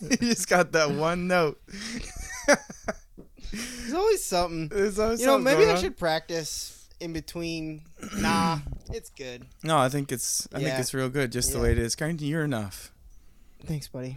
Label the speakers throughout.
Speaker 1: you just got that one note.
Speaker 2: There's always something.
Speaker 1: There's always
Speaker 2: You know,
Speaker 1: something
Speaker 2: maybe
Speaker 1: going
Speaker 2: I
Speaker 1: on.
Speaker 2: should practice in between. Nah, it's good.
Speaker 1: No, I think it's I think
Speaker 2: Yeah.
Speaker 1: it's real good just the
Speaker 2: Yeah.
Speaker 1: way it is. Carrington, you're enough.
Speaker 2: Thanks, buddy.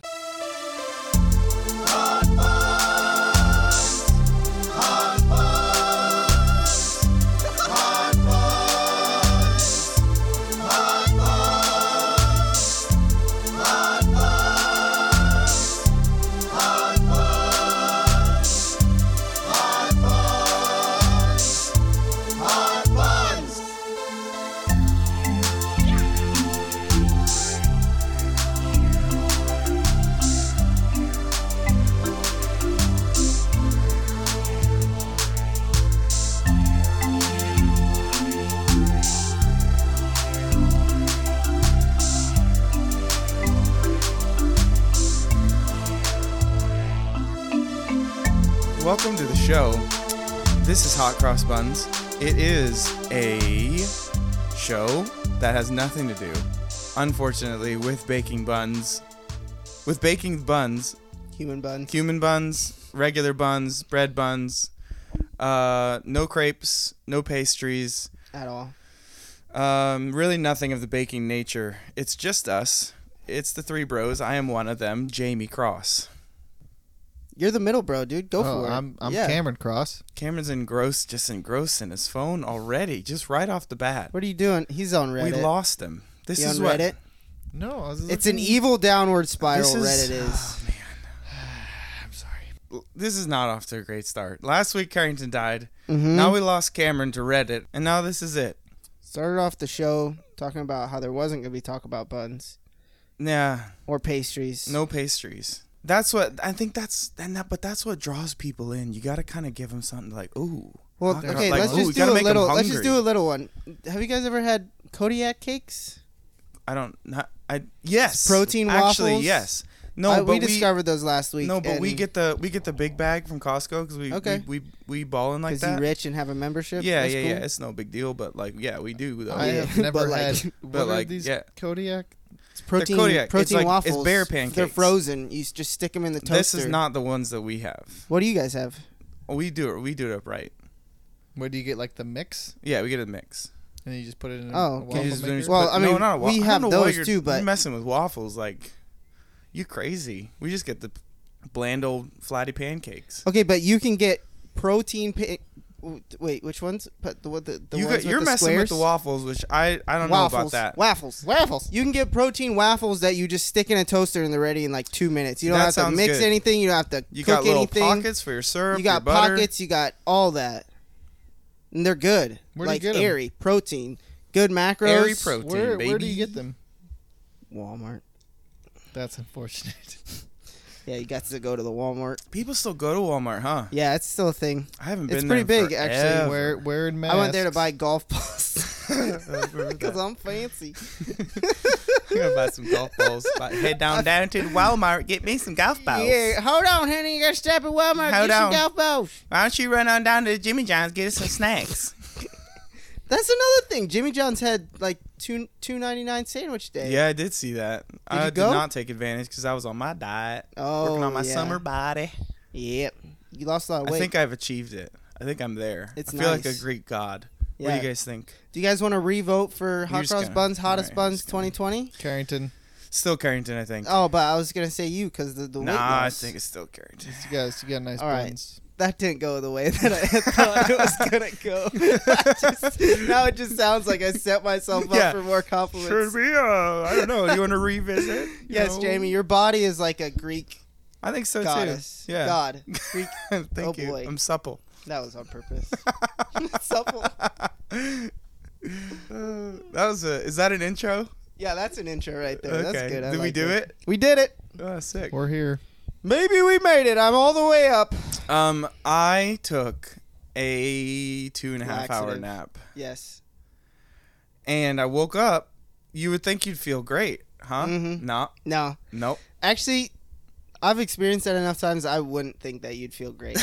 Speaker 1: Welcome to the show. This is Hot Cross Buns. It is a show that has nothing to do, unfortunately, with baking buns. With baking buns,
Speaker 2: Human bun.
Speaker 1: human buns, regular buns, bread buns, uh, no crepes, no pastries,
Speaker 2: At all.
Speaker 1: um, really nothing of the baking nature. It's just us. It's the three bros. I am one of them, Jamie Cross.
Speaker 2: You're the middle bro, dude. Go
Speaker 3: Oh,
Speaker 2: for it.
Speaker 3: I'm I'm
Speaker 2: Yeah.
Speaker 3: Cameron Cross.
Speaker 1: Cameron's engrossed, just engrossed in his phone already, just right off the bat.
Speaker 2: What are you doing? He's on Reddit.
Speaker 1: We lost him. This
Speaker 2: You
Speaker 1: is
Speaker 2: on
Speaker 1: what.
Speaker 2: Reddit?
Speaker 3: No, I was
Speaker 2: It's an e-
Speaker 3: looking-
Speaker 2: evil downward spiral.
Speaker 1: This is- oh,
Speaker 2: Reddit is.
Speaker 3: I'm sorry.
Speaker 1: This is not off to a great start. Last week Carrington died.
Speaker 2: Mhm.
Speaker 1: Now we lost Cameron to Reddit, and now this is it.
Speaker 2: Started off the show talking about how there wasn't gonna be talk about buns
Speaker 1: Nah,
Speaker 2: or pastries.
Speaker 1: no pastries. That's what I think. That's and that, but that's what draws people in. You got to kind of give them something like, ooh,
Speaker 2: Well,
Speaker 1: Like,
Speaker 2: okay,
Speaker 1: like,
Speaker 2: let's
Speaker 1: ooh,
Speaker 2: just
Speaker 1: you
Speaker 2: do
Speaker 1: gotta
Speaker 2: a
Speaker 1: make 'em
Speaker 2: little. Let's just
Speaker 1: hungry.
Speaker 2: do a little one. Have you guys ever had Kodiak cakes?
Speaker 1: I don't, not, I yes,
Speaker 2: Protein
Speaker 1: Actually,
Speaker 2: waffles?
Speaker 1: yes. No,
Speaker 2: I-
Speaker 1: but
Speaker 2: we discovered those last week.
Speaker 1: no, but we
Speaker 2: and-
Speaker 1: get the we get the big bag from Costco because we,
Speaker 2: Okay.
Speaker 1: we we we balling like
Speaker 2: because
Speaker 1: that.
Speaker 2: you rich and have a membership.
Speaker 1: yeah,
Speaker 2: That's
Speaker 1: yeah,
Speaker 2: cool.
Speaker 1: yeah. It's no big deal, but like, yeah, we do though.
Speaker 3: I
Speaker 2: yeah.
Speaker 3: have never
Speaker 2: But like-
Speaker 3: had. What
Speaker 1: but
Speaker 3: are
Speaker 1: like,
Speaker 3: these
Speaker 1: yeah.
Speaker 3: Kodiak?
Speaker 2: It's protein.
Speaker 1: Kodiak. It's
Speaker 2: Protein
Speaker 1: like- it's
Speaker 2: waffles.
Speaker 1: bear
Speaker 2: They're
Speaker 1: pancakes.
Speaker 2: frozen. You s- just stick them in the toaster.
Speaker 1: This is not the ones that we have.
Speaker 2: What do you guys have?
Speaker 1: We do it. We do it upright.
Speaker 3: Where do you get like the mix,
Speaker 1: Yeah, we get a mix.
Speaker 3: and you just put it
Speaker 2: Oh,
Speaker 3: in? a
Speaker 2: okay.
Speaker 3: waffle
Speaker 1: You just-
Speaker 3: maker?
Speaker 1: just
Speaker 2: Well,
Speaker 1: put-
Speaker 2: I
Speaker 1: no,
Speaker 2: mean,
Speaker 1: not a wa-
Speaker 2: we
Speaker 1: I don't
Speaker 2: have
Speaker 1: know why
Speaker 2: those
Speaker 1: you're-
Speaker 2: too, but-
Speaker 1: you're messing with waffles like you crazy. We just get the bland old flatty pancakes.
Speaker 2: Okay, but you can get protein. Pa- w- wait, which ones? But the what the, the
Speaker 1: you
Speaker 2: ones
Speaker 1: got, you're
Speaker 2: with the
Speaker 1: messing
Speaker 2: squares?
Speaker 1: with the waffles, which I I don't
Speaker 2: waffles.
Speaker 1: know about that.
Speaker 2: Waffles.
Speaker 3: waffles.
Speaker 2: You can get protein waffles that you just stick in a toaster and they're ready in like two minutes. You don't
Speaker 1: That
Speaker 2: have to
Speaker 1: sounds
Speaker 2: mix
Speaker 1: good.
Speaker 2: anything. You don't have to
Speaker 1: You
Speaker 2: cook
Speaker 1: got little
Speaker 2: anything.
Speaker 1: pockets for your syrup.
Speaker 2: you
Speaker 1: your
Speaker 2: got
Speaker 1: butter.
Speaker 2: pockets. You got all that, and they're good.
Speaker 3: Where do you
Speaker 2: like
Speaker 3: get 'em?
Speaker 2: airy protein, good macros.
Speaker 1: Airy protein,
Speaker 3: Where
Speaker 1: baby.
Speaker 3: where do you get them?
Speaker 2: Walmart.
Speaker 3: That's unfortunate.
Speaker 2: Yeah, you got to go to the Walmart.
Speaker 1: People still go to Walmart, huh?
Speaker 2: Yeah, it's still a thing.
Speaker 1: I haven't been.
Speaker 2: It's pretty
Speaker 1: there
Speaker 2: big, actually,
Speaker 1: forever.
Speaker 3: Where where in masks?
Speaker 2: I went there to buy golf balls because I'm fancy.
Speaker 1: I'm gonna buy some golf balls. But head down down to the Walmart, get me some golf balls.
Speaker 2: Yeah, hold on, honey. You gotta stop at Walmart.
Speaker 1: Hold
Speaker 2: get
Speaker 1: on.
Speaker 2: some golf balls.
Speaker 1: Why don't you run on down to Jimmy John's, get us some snacks?
Speaker 2: That's another thing. Jimmy John's had like two two ninety nine sandwich day.
Speaker 1: Yeah, I did see that.
Speaker 2: you
Speaker 1: I did
Speaker 2: go?
Speaker 1: not take advantage because I was on my diet,
Speaker 2: Oh,
Speaker 1: working on my
Speaker 2: yeah.
Speaker 1: summer body.
Speaker 2: Yep. You lost a lot of weight.
Speaker 1: I think I've achieved it. I think I'm there.
Speaker 2: It's
Speaker 1: I feel like a
Speaker 2: nice.
Speaker 1: Greek god. What
Speaker 2: Yeah.
Speaker 1: do you guys think?
Speaker 2: Do you guys want to re-vote for Hot
Speaker 1: just
Speaker 2: Cross
Speaker 1: gonna-
Speaker 2: Buns,
Speaker 1: alright,
Speaker 2: Hottest
Speaker 1: I'm
Speaker 2: Buns
Speaker 1: just gonna-
Speaker 2: 2020?
Speaker 3: Carrington.
Speaker 1: Still Carrington, I think.
Speaker 2: Oh, but I was gonna say you because the, the weight
Speaker 1: nah, I
Speaker 2: loss.
Speaker 1: think it's still Carrington.
Speaker 3: You guys, you got nice
Speaker 2: All right.
Speaker 3: buns.
Speaker 2: that didn't go the way that I thought it was gonna go. I just- now it just sounds like I set myself up
Speaker 1: Yeah.
Speaker 2: for more compliments.
Speaker 1: be. Uh, I don't know. Do you want to revisit? You
Speaker 2: Yes,
Speaker 1: know?
Speaker 2: Jamie, your body is like a Greek
Speaker 1: I think so
Speaker 2: goddess.
Speaker 1: too. Yeah.
Speaker 2: God, Greek.
Speaker 1: Thank
Speaker 2: Oh,
Speaker 1: you.
Speaker 2: boy.
Speaker 1: I'm supple.
Speaker 2: That was on purpose. Supple.
Speaker 1: Uh, that was a. Is that an intro?
Speaker 2: Yeah, that's an intro right there.
Speaker 1: okay.
Speaker 2: That's good. I
Speaker 1: Did we
Speaker 2: like
Speaker 1: do
Speaker 2: it?
Speaker 1: it?
Speaker 2: We did it.
Speaker 1: Oh, sick.
Speaker 3: We're here.
Speaker 2: Maybe we made it. I'm all the way up.
Speaker 1: Um, I took a two and a half hour
Speaker 2: Laxative.
Speaker 1: nap,
Speaker 2: Yes.
Speaker 1: and I woke up. You would think you'd feel great, huh?
Speaker 2: Mhm.
Speaker 1: No,
Speaker 2: No.
Speaker 1: nope.
Speaker 2: Actually, I've experienced that enough times. I wouldn't think that you'd feel great,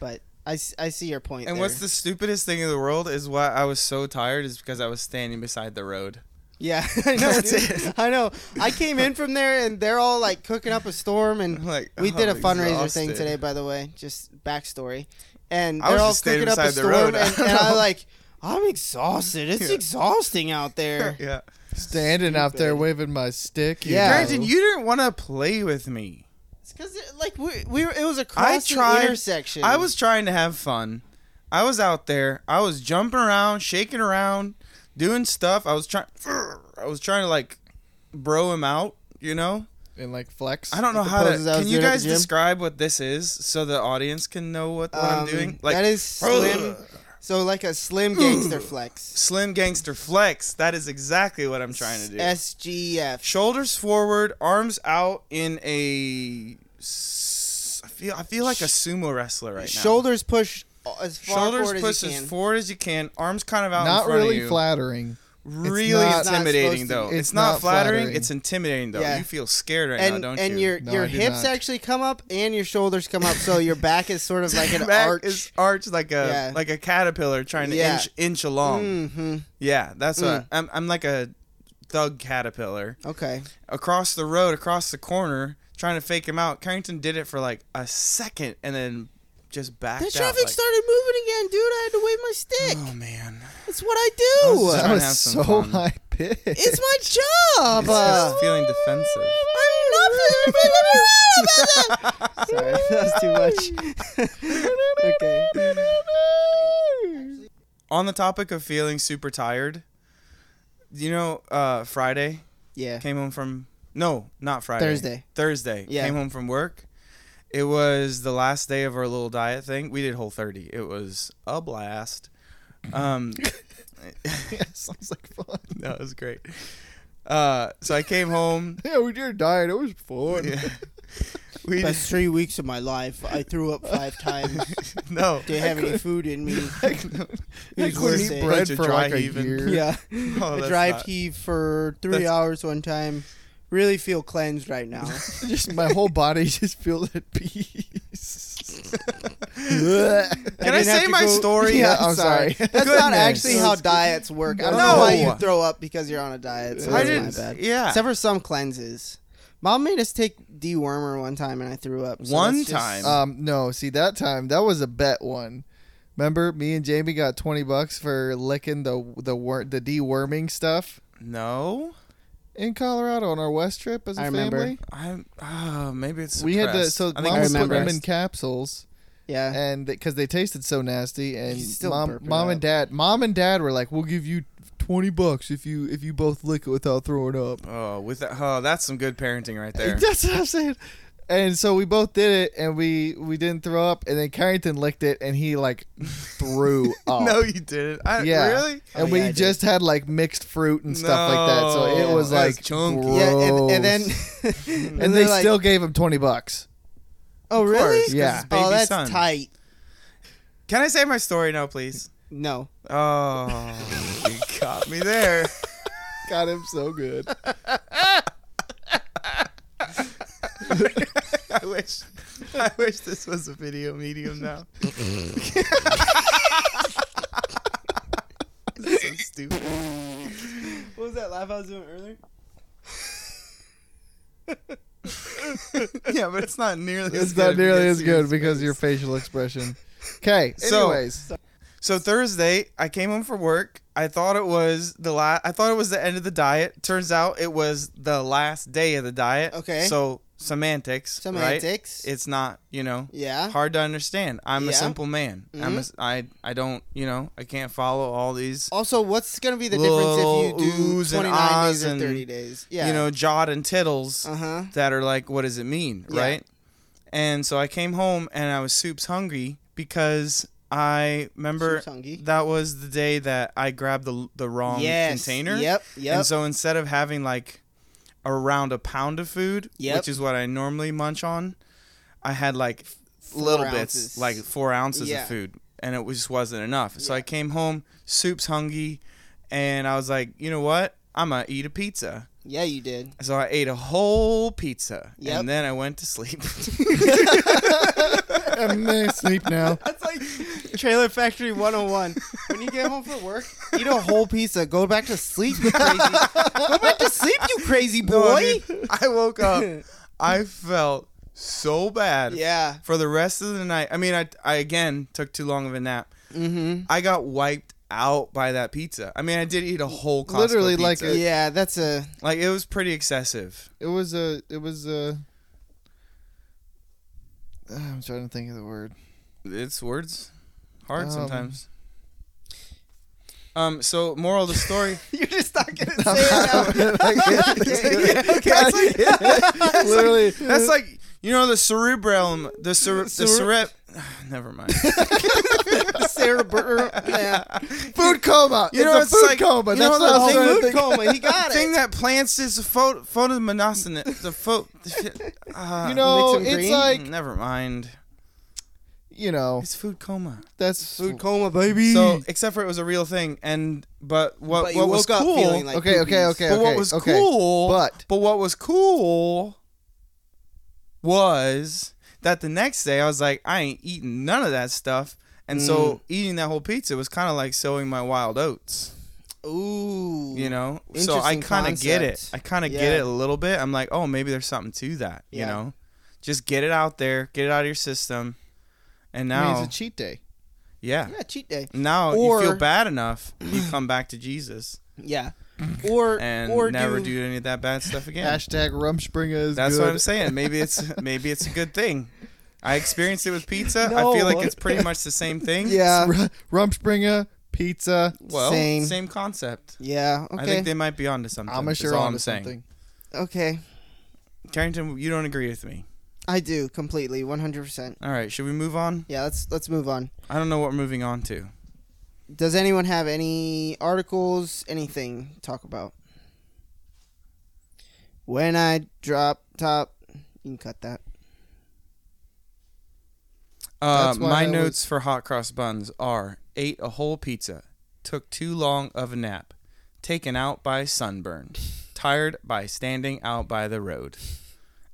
Speaker 2: but I, s- I see your point.
Speaker 1: and
Speaker 2: there.
Speaker 1: what's the stupidest thing in the world is why I was so tired is because I was standing beside the road.
Speaker 2: Yeah, I know.
Speaker 1: That's
Speaker 2: dude.
Speaker 1: it.
Speaker 2: I know. I came in from there and they're all like cooking up a storm and
Speaker 1: I'm like,
Speaker 2: we did a
Speaker 1: "Oh,
Speaker 2: fundraiser thing
Speaker 1: exhausted."
Speaker 2: today, by the way. Just backstory. And
Speaker 1: I
Speaker 2: they're
Speaker 1: was
Speaker 2: all
Speaker 1: just staying
Speaker 2: cooking up a
Speaker 1: beside the
Speaker 2: storm
Speaker 1: road. I
Speaker 2: and,
Speaker 1: don't
Speaker 2: and I
Speaker 1: know.
Speaker 2: like I'm exhausted. It's
Speaker 1: Yeah.
Speaker 2: exhausting out there.
Speaker 1: Yeah.
Speaker 3: Standing out there
Speaker 2: Stupid.
Speaker 3: waving my stick. you
Speaker 2: Yeah.
Speaker 3: know.
Speaker 1: Brandon, you didn't want to play with me.
Speaker 2: It's because like we, we were, it was across
Speaker 1: tried-
Speaker 2: the intersection.
Speaker 1: I was trying to have fun. I was out there. I was jumping around, shaking around, doing stuff. I was trying. I was trying to like bro him out. You know.
Speaker 3: and like flex.
Speaker 1: I don't know
Speaker 2: The
Speaker 1: how to.
Speaker 2: poses I was
Speaker 1: Can you
Speaker 2: doing at the
Speaker 1: guys
Speaker 2: gym?
Speaker 1: describe what this is so the audience can know what, what I'm
Speaker 2: Um,
Speaker 1: doing?
Speaker 2: that is slim. So like a slim gangster flex.
Speaker 1: slim gangster flex. That is exactly what I'm trying to do.
Speaker 2: SGF.
Speaker 1: Shoulders forward, arms out in a. s- I feel I feel like a sumo wrestler right now.
Speaker 2: Shoulders push as far
Speaker 1: Shoulders
Speaker 2: forward
Speaker 1: push
Speaker 2: as you
Speaker 1: as
Speaker 2: can.
Speaker 1: forward as you can. Arms kind of out in
Speaker 3: Not
Speaker 1: front
Speaker 3: really
Speaker 1: of you.
Speaker 3: flattering.
Speaker 1: really
Speaker 3: not- It's
Speaker 2: not
Speaker 1: intimidating
Speaker 2: supposed to
Speaker 1: though.
Speaker 2: be.
Speaker 1: It's,
Speaker 3: It's
Speaker 1: not,
Speaker 3: not
Speaker 1: flattering,
Speaker 3: flattering.
Speaker 1: It's intimidating though.
Speaker 2: Yeah.
Speaker 1: You feel scared right
Speaker 2: and
Speaker 1: now, don't
Speaker 2: and
Speaker 1: you?
Speaker 2: your
Speaker 3: No,
Speaker 2: your
Speaker 3: I do
Speaker 2: hips
Speaker 3: not.
Speaker 2: actually come up and your shoulders come up, so your back is sort of like an
Speaker 1: back
Speaker 2: arch.
Speaker 1: is arched like a
Speaker 2: Yeah.
Speaker 1: like a caterpillar trying to
Speaker 2: Yeah.
Speaker 1: inch inch along.
Speaker 2: hmm
Speaker 1: Yeah, that's what
Speaker 2: Mm.
Speaker 1: I, am I'm like a thug caterpillar
Speaker 2: Okay.
Speaker 1: across the road, across the corner, trying to fake him out. Carrington did it for like a second and then just backed
Speaker 2: That
Speaker 1: out.
Speaker 2: traffic
Speaker 1: like,
Speaker 2: started moving again, dude. I had to wave my stick.
Speaker 1: Oh man,
Speaker 2: That's what I
Speaker 1: I
Speaker 2: do.
Speaker 1: was
Speaker 3: That
Speaker 1: Trying to
Speaker 3: was
Speaker 1: have
Speaker 3: so
Speaker 1: some fun.
Speaker 3: high pitched.
Speaker 2: it's my job.
Speaker 1: it's just feeling defensive.
Speaker 2: I'm not feeling really bad about that. Sorry, that was too much. okay.
Speaker 1: On the topic of feeling super tired, you know, uh, Friday
Speaker 2: Yeah.
Speaker 1: came home from no, not Friday.
Speaker 2: Thursday.
Speaker 1: Thursday.
Speaker 2: Yeah.
Speaker 1: Came home from work. It was the last day of our little diet thing. We did whole 30. It was a blast. Um
Speaker 3: yeah, sounds like fun.
Speaker 1: no, it was great. Uh so I came home.
Speaker 3: Yeah, we did diet. It was fun.
Speaker 1: Yeah. We
Speaker 2: Best three weeks of my life. I threw up five times.
Speaker 1: no.
Speaker 2: Didn't have any food in me.
Speaker 3: I couldn't I
Speaker 2: It's
Speaker 3: couldn't
Speaker 2: worth
Speaker 3: eat
Speaker 2: it.
Speaker 3: bread
Speaker 1: Bunch of
Speaker 3: for
Speaker 1: dry
Speaker 3: like a
Speaker 1: heaving.
Speaker 3: year.
Speaker 2: Yeah.
Speaker 1: Oh,
Speaker 2: I
Speaker 1: that's
Speaker 2: dry
Speaker 1: not-
Speaker 2: heaved for three
Speaker 1: that's-
Speaker 2: hours one time. Really feel cleansed right now.
Speaker 3: Just my whole body just feels at peace.
Speaker 1: Can I,
Speaker 2: didn't have
Speaker 1: say
Speaker 2: to
Speaker 1: my
Speaker 2: go-
Speaker 1: story?
Speaker 3: Yeah, I'm sorry.
Speaker 2: That's not
Speaker 1: Goodness.
Speaker 2: actually how
Speaker 3: That's-
Speaker 2: diets work. I don't
Speaker 1: No.
Speaker 2: know why you throw up because you're on a diet. So
Speaker 1: I
Speaker 2: that's my
Speaker 1: didn't.
Speaker 2: bad.
Speaker 1: Yeah.
Speaker 2: Except for some cleanses. Mom made us take dewormer one time and I threw up. so
Speaker 1: One
Speaker 2: that's just- uh,
Speaker 1: time?
Speaker 3: Um, no, see that time that was a bet one. Remember, me and Jamie got twenty bucks for licking the the wor- the deworming stuff
Speaker 1: no.
Speaker 3: in Colorado on our west trip as a
Speaker 2: I
Speaker 3: family.
Speaker 2: remember.
Speaker 1: I'm uh, maybe it's
Speaker 3: We had to
Speaker 1: suppressed.
Speaker 3: so
Speaker 1: I think it's
Speaker 2: it
Speaker 3: mom would
Speaker 2: was
Speaker 3: put them
Speaker 1: suppressed.
Speaker 3: in capsules
Speaker 2: yeah.
Speaker 3: and because they tasted so nasty and
Speaker 2: You still
Speaker 3: mom
Speaker 2: burp it
Speaker 3: mom
Speaker 2: up.
Speaker 3: and dad mom and dad were like we'll give you 20 bucks if you if you both lick it without throwing up.
Speaker 1: Oh, with that, oh, that's some good parenting right there.
Speaker 3: That's what I'm saying. And so we both did it and we we didn't throw up and then Carrington licked it and he like threw up.
Speaker 1: no, you didn't. I,
Speaker 3: Oh. Yeah.
Speaker 1: Really?
Speaker 2: Oh,
Speaker 3: and we
Speaker 2: yeah, I did.
Speaker 3: just had like mixed fruit and stuff like that. So
Speaker 1: No,
Speaker 3: it was
Speaker 1: that's
Speaker 3: like
Speaker 1: chunky.
Speaker 3: gross.
Speaker 2: Yeah, and, and then
Speaker 3: and,
Speaker 2: and
Speaker 3: they
Speaker 2: they're like,
Speaker 3: still gave him twenty bucks.
Speaker 2: Oh
Speaker 1: Of course,
Speaker 2: really?
Speaker 1: 'cause
Speaker 3: Yeah.
Speaker 1: it's baby
Speaker 2: Oh, that's
Speaker 1: son.
Speaker 2: tight.
Speaker 1: Can I say my story now, please?
Speaker 2: No.
Speaker 1: Oh, you caught me there.
Speaker 3: Got him so good.
Speaker 1: I wish, I wish this was a video medium now. This is so stupid.
Speaker 2: What was that laugh I was doing earlier?
Speaker 1: yeah, but it's not nearly. as
Speaker 3: It's
Speaker 1: good
Speaker 3: not
Speaker 1: if you
Speaker 3: nearly
Speaker 1: can
Speaker 3: as
Speaker 1: see
Speaker 3: good
Speaker 1: his
Speaker 3: because
Speaker 1: face.
Speaker 3: your facial expression. Okay.
Speaker 1: So-
Speaker 3: Anyways,
Speaker 1: So Thursday, I came home from work. I thought it was the last. I thought it was the end of the diet. Turns out it was the last day of the diet.
Speaker 2: Okay.
Speaker 1: So semantics. right?
Speaker 2: Semantics.
Speaker 1: It's not you know
Speaker 2: Yeah.
Speaker 1: hard to understand. I'm a
Speaker 2: Yeah. Mm-hmm.
Speaker 1: simple man. I'm a s- I I don't you know I can't follow all these
Speaker 2: Also, what's going to be the
Speaker 1: Little
Speaker 2: difference if you do
Speaker 1: oohs and
Speaker 2: 29
Speaker 1: ahs
Speaker 2: days
Speaker 1: and,
Speaker 2: or 30 days? Yeah.
Speaker 1: you know jot and tittles
Speaker 2: uh huh.
Speaker 1: that are like what does it mean
Speaker 2: Yeah.
Speaker 1: right? And so I came home and I was soups hungry because I remember that was the day that I grabbed the the wrong container.
Speaker 2: Yep. Yep.
Speaker 1: And so instead of having like around a pound of food,
Speaker 2: Yep.
Speaker 1: which is what I normally munch on, I had like
Speaker 2: Four
Speaker 1: little
Speaker 2: ounces.
Speaker 1: bits, like four ounces
Speaker 2: Yeah.
Speaker 1: of food, and it was- just wasn't enough. So
Speaker 2: Yeah.
Speaker 1: I came home, soup's hungry, and I was like, you know what? I'm gonna eat a pizza.
Speaker 2: yeah, you did.
Speaker 1: So I ate a whole pizza,
Speaker 2: Yep.
Speaker 1: and then I went to sleep.
Speaker 3: I'm gonna sleep now.
Speaker 2: That's like Trailer Factory 101. When When you get home from work, eat a whole pizza. Go back to sleep, you crazy. go back to sleep, you crazy boy.
Speaker 1: No, dude, I woke up. I felt so bad.
Speaker 2: yeah.
Speaker 1: For the rest of the night. I mean, I, I again took too long of a nap.
Speaker 2: Mm-hmm.
Speaker 1: I got wiped out by that pizza. I mean, I did eat a whole Costco
Speaker 3: Literally
Speaker 1: pizza.
Speaker 3: like a-
Speaker 2: Yeah, that's a
Speaker 1: like it was pretty excessive.
Speaker 3: It was a. It was a. Ah, I'm trying to think of the word.
Speaker 1: It's words hard
Speaker 3: Um,
Speaker 1: sometimes. Um. So moral of the story.
Speaker 2: You're just not gonna
Speaker 3: I'm not- I can't do it.
Speaker 1: that's, like,
Speaker 3: Literally,
Speaker 1: that's like you know the cerebrum, the cere- the
Speaker 3: Cere-
Speaker 1: cere- Never mind.
Speaker 2: Cerebral. Yeah.
Speaker 3: food coma.
Speaker 1: You
Speaker 3: You
Speaker 1: know,
Speaker 3: know,
Speaker 1: it's
Speaker 3: it's a food
Speaker 1: like-
Speaker 3: coma.
Speaker 1: you know
Speaker 3: That's
Speaker 1: the
Speaker 3: what I was
Speaker 1: thing-
Speaker 3: trying to
Speaker 1: food
Speaker 3: think.
Speaker 2: coma, he got
Speaker 1: The
Speaker 2: it.
Speaker 1: thing that plants is the pho- photomonosinate. The pho- uh,
Speaker 3: You know,
Speaker 2: Mix 'em
Speaker 3: it's
Speaker 2: green?
Speaker 3: like
Speaker 1: never mind.
Speaker 3: you know,
Speaker 1: It's food coma.
Speaker 3: that's
Speaker 2: Food coma, baby.
Speaker 1: So except for it was a real thing, and but what
Speaker 2: But you
Speaker 1: what was
Speaker 2: woke up
Speaker 1: cool?
Speaker 2: feeling like
Speaker 3: Okay, okay,
Speaker 2: poopies.
Speaker 3: okay,
Speaker 1: but
Speaker 3: okay.
Speaker 1: what was
Speaker 3: okay.
Speaker 1: cool?
Speaker 3: but-
Speaker 1: what was cool was that the next day I was like, I ain't eating none of that stuff, and
Speaker 2: Mm.
Speaker 1: so eating that whole pizza was kind of like sowing my wild oats.
Speaker 2: Ooh.
Speaker 1: You know, so I
Speaker 2: Interesting
Speaker 1: kind of get it.
Speaker 2: concept.
Speaker 1: I kind of get
Speaker 2: Yeah.
Speaker 1: it a little bit. I'm like, oh, maybe there's something to that. You
Speaker 2: Yeah.
Speaker 1: know, just get it out there, get it out of your system, and
Speaker 3: I mean,
Speaker 1: now,
Speaker 3: it's a cheat day.
Speaker 1: yeah,
Speaker 2: Yeah, cheat day.
Speaker 1: now
Speaker 2: Or-
Speaker 1: you feel bad enough, you come back to Jesus
Speaker 2: Yeah. Or
Speaker 1: and
Speaker 2: or
Speaker 1: never
Speaker 2: do,
Speaker 1: do any of that bad stuff again.
Speaker 3: Hashtag Rumspringa is
Speaker 1: That's
Speaker 3: good.
Speaker 1: what I'm saying. Maybe it's maybe it's a good thing. I experienced it with pizza. I feel
Speaker 2: No.
Speaker 1: like it's pretty much the same thing.
Speaker 2: Yeah.
Speaker 3: Ru- Rumspringa Uh, pizza.
Speaker 1: Well, same,
Speaker 2: Same.
Speaker 1: concept.
Speaker 2: Yeah.
Speaker 1: I
Speaker 2: Okay.
Speaker 1: think they might be onto something.
Speaker 3: I'm
Speaker 1: is
Speaker 3: sure
Speaker 1: all
Speaker 3: on
Speaker 1: I'm saying.
Speaker 3: something.
Speaker 2: okay.
Speaker 1: Carrington, you don't agree with me.
Speaker 2: I do completely, 100%.
Speaker 1: All right, should we move on?
Speaker 2: Yeah, let's let's move on.
Speaker 1: I don't know what we're moving on to.
Speaker 2: Does anyone have any articles, anything to talk about? When I drop top, you can cut that.
Speaker 1: Uh,
Speaker 3: That's why
Speaker 1: my
Speaker 3: I was-
Speaker 1: notes for hot cross buns are: ate a whole pizza, took too long of a nap, taken out by sunburn, tired by standing out by the road.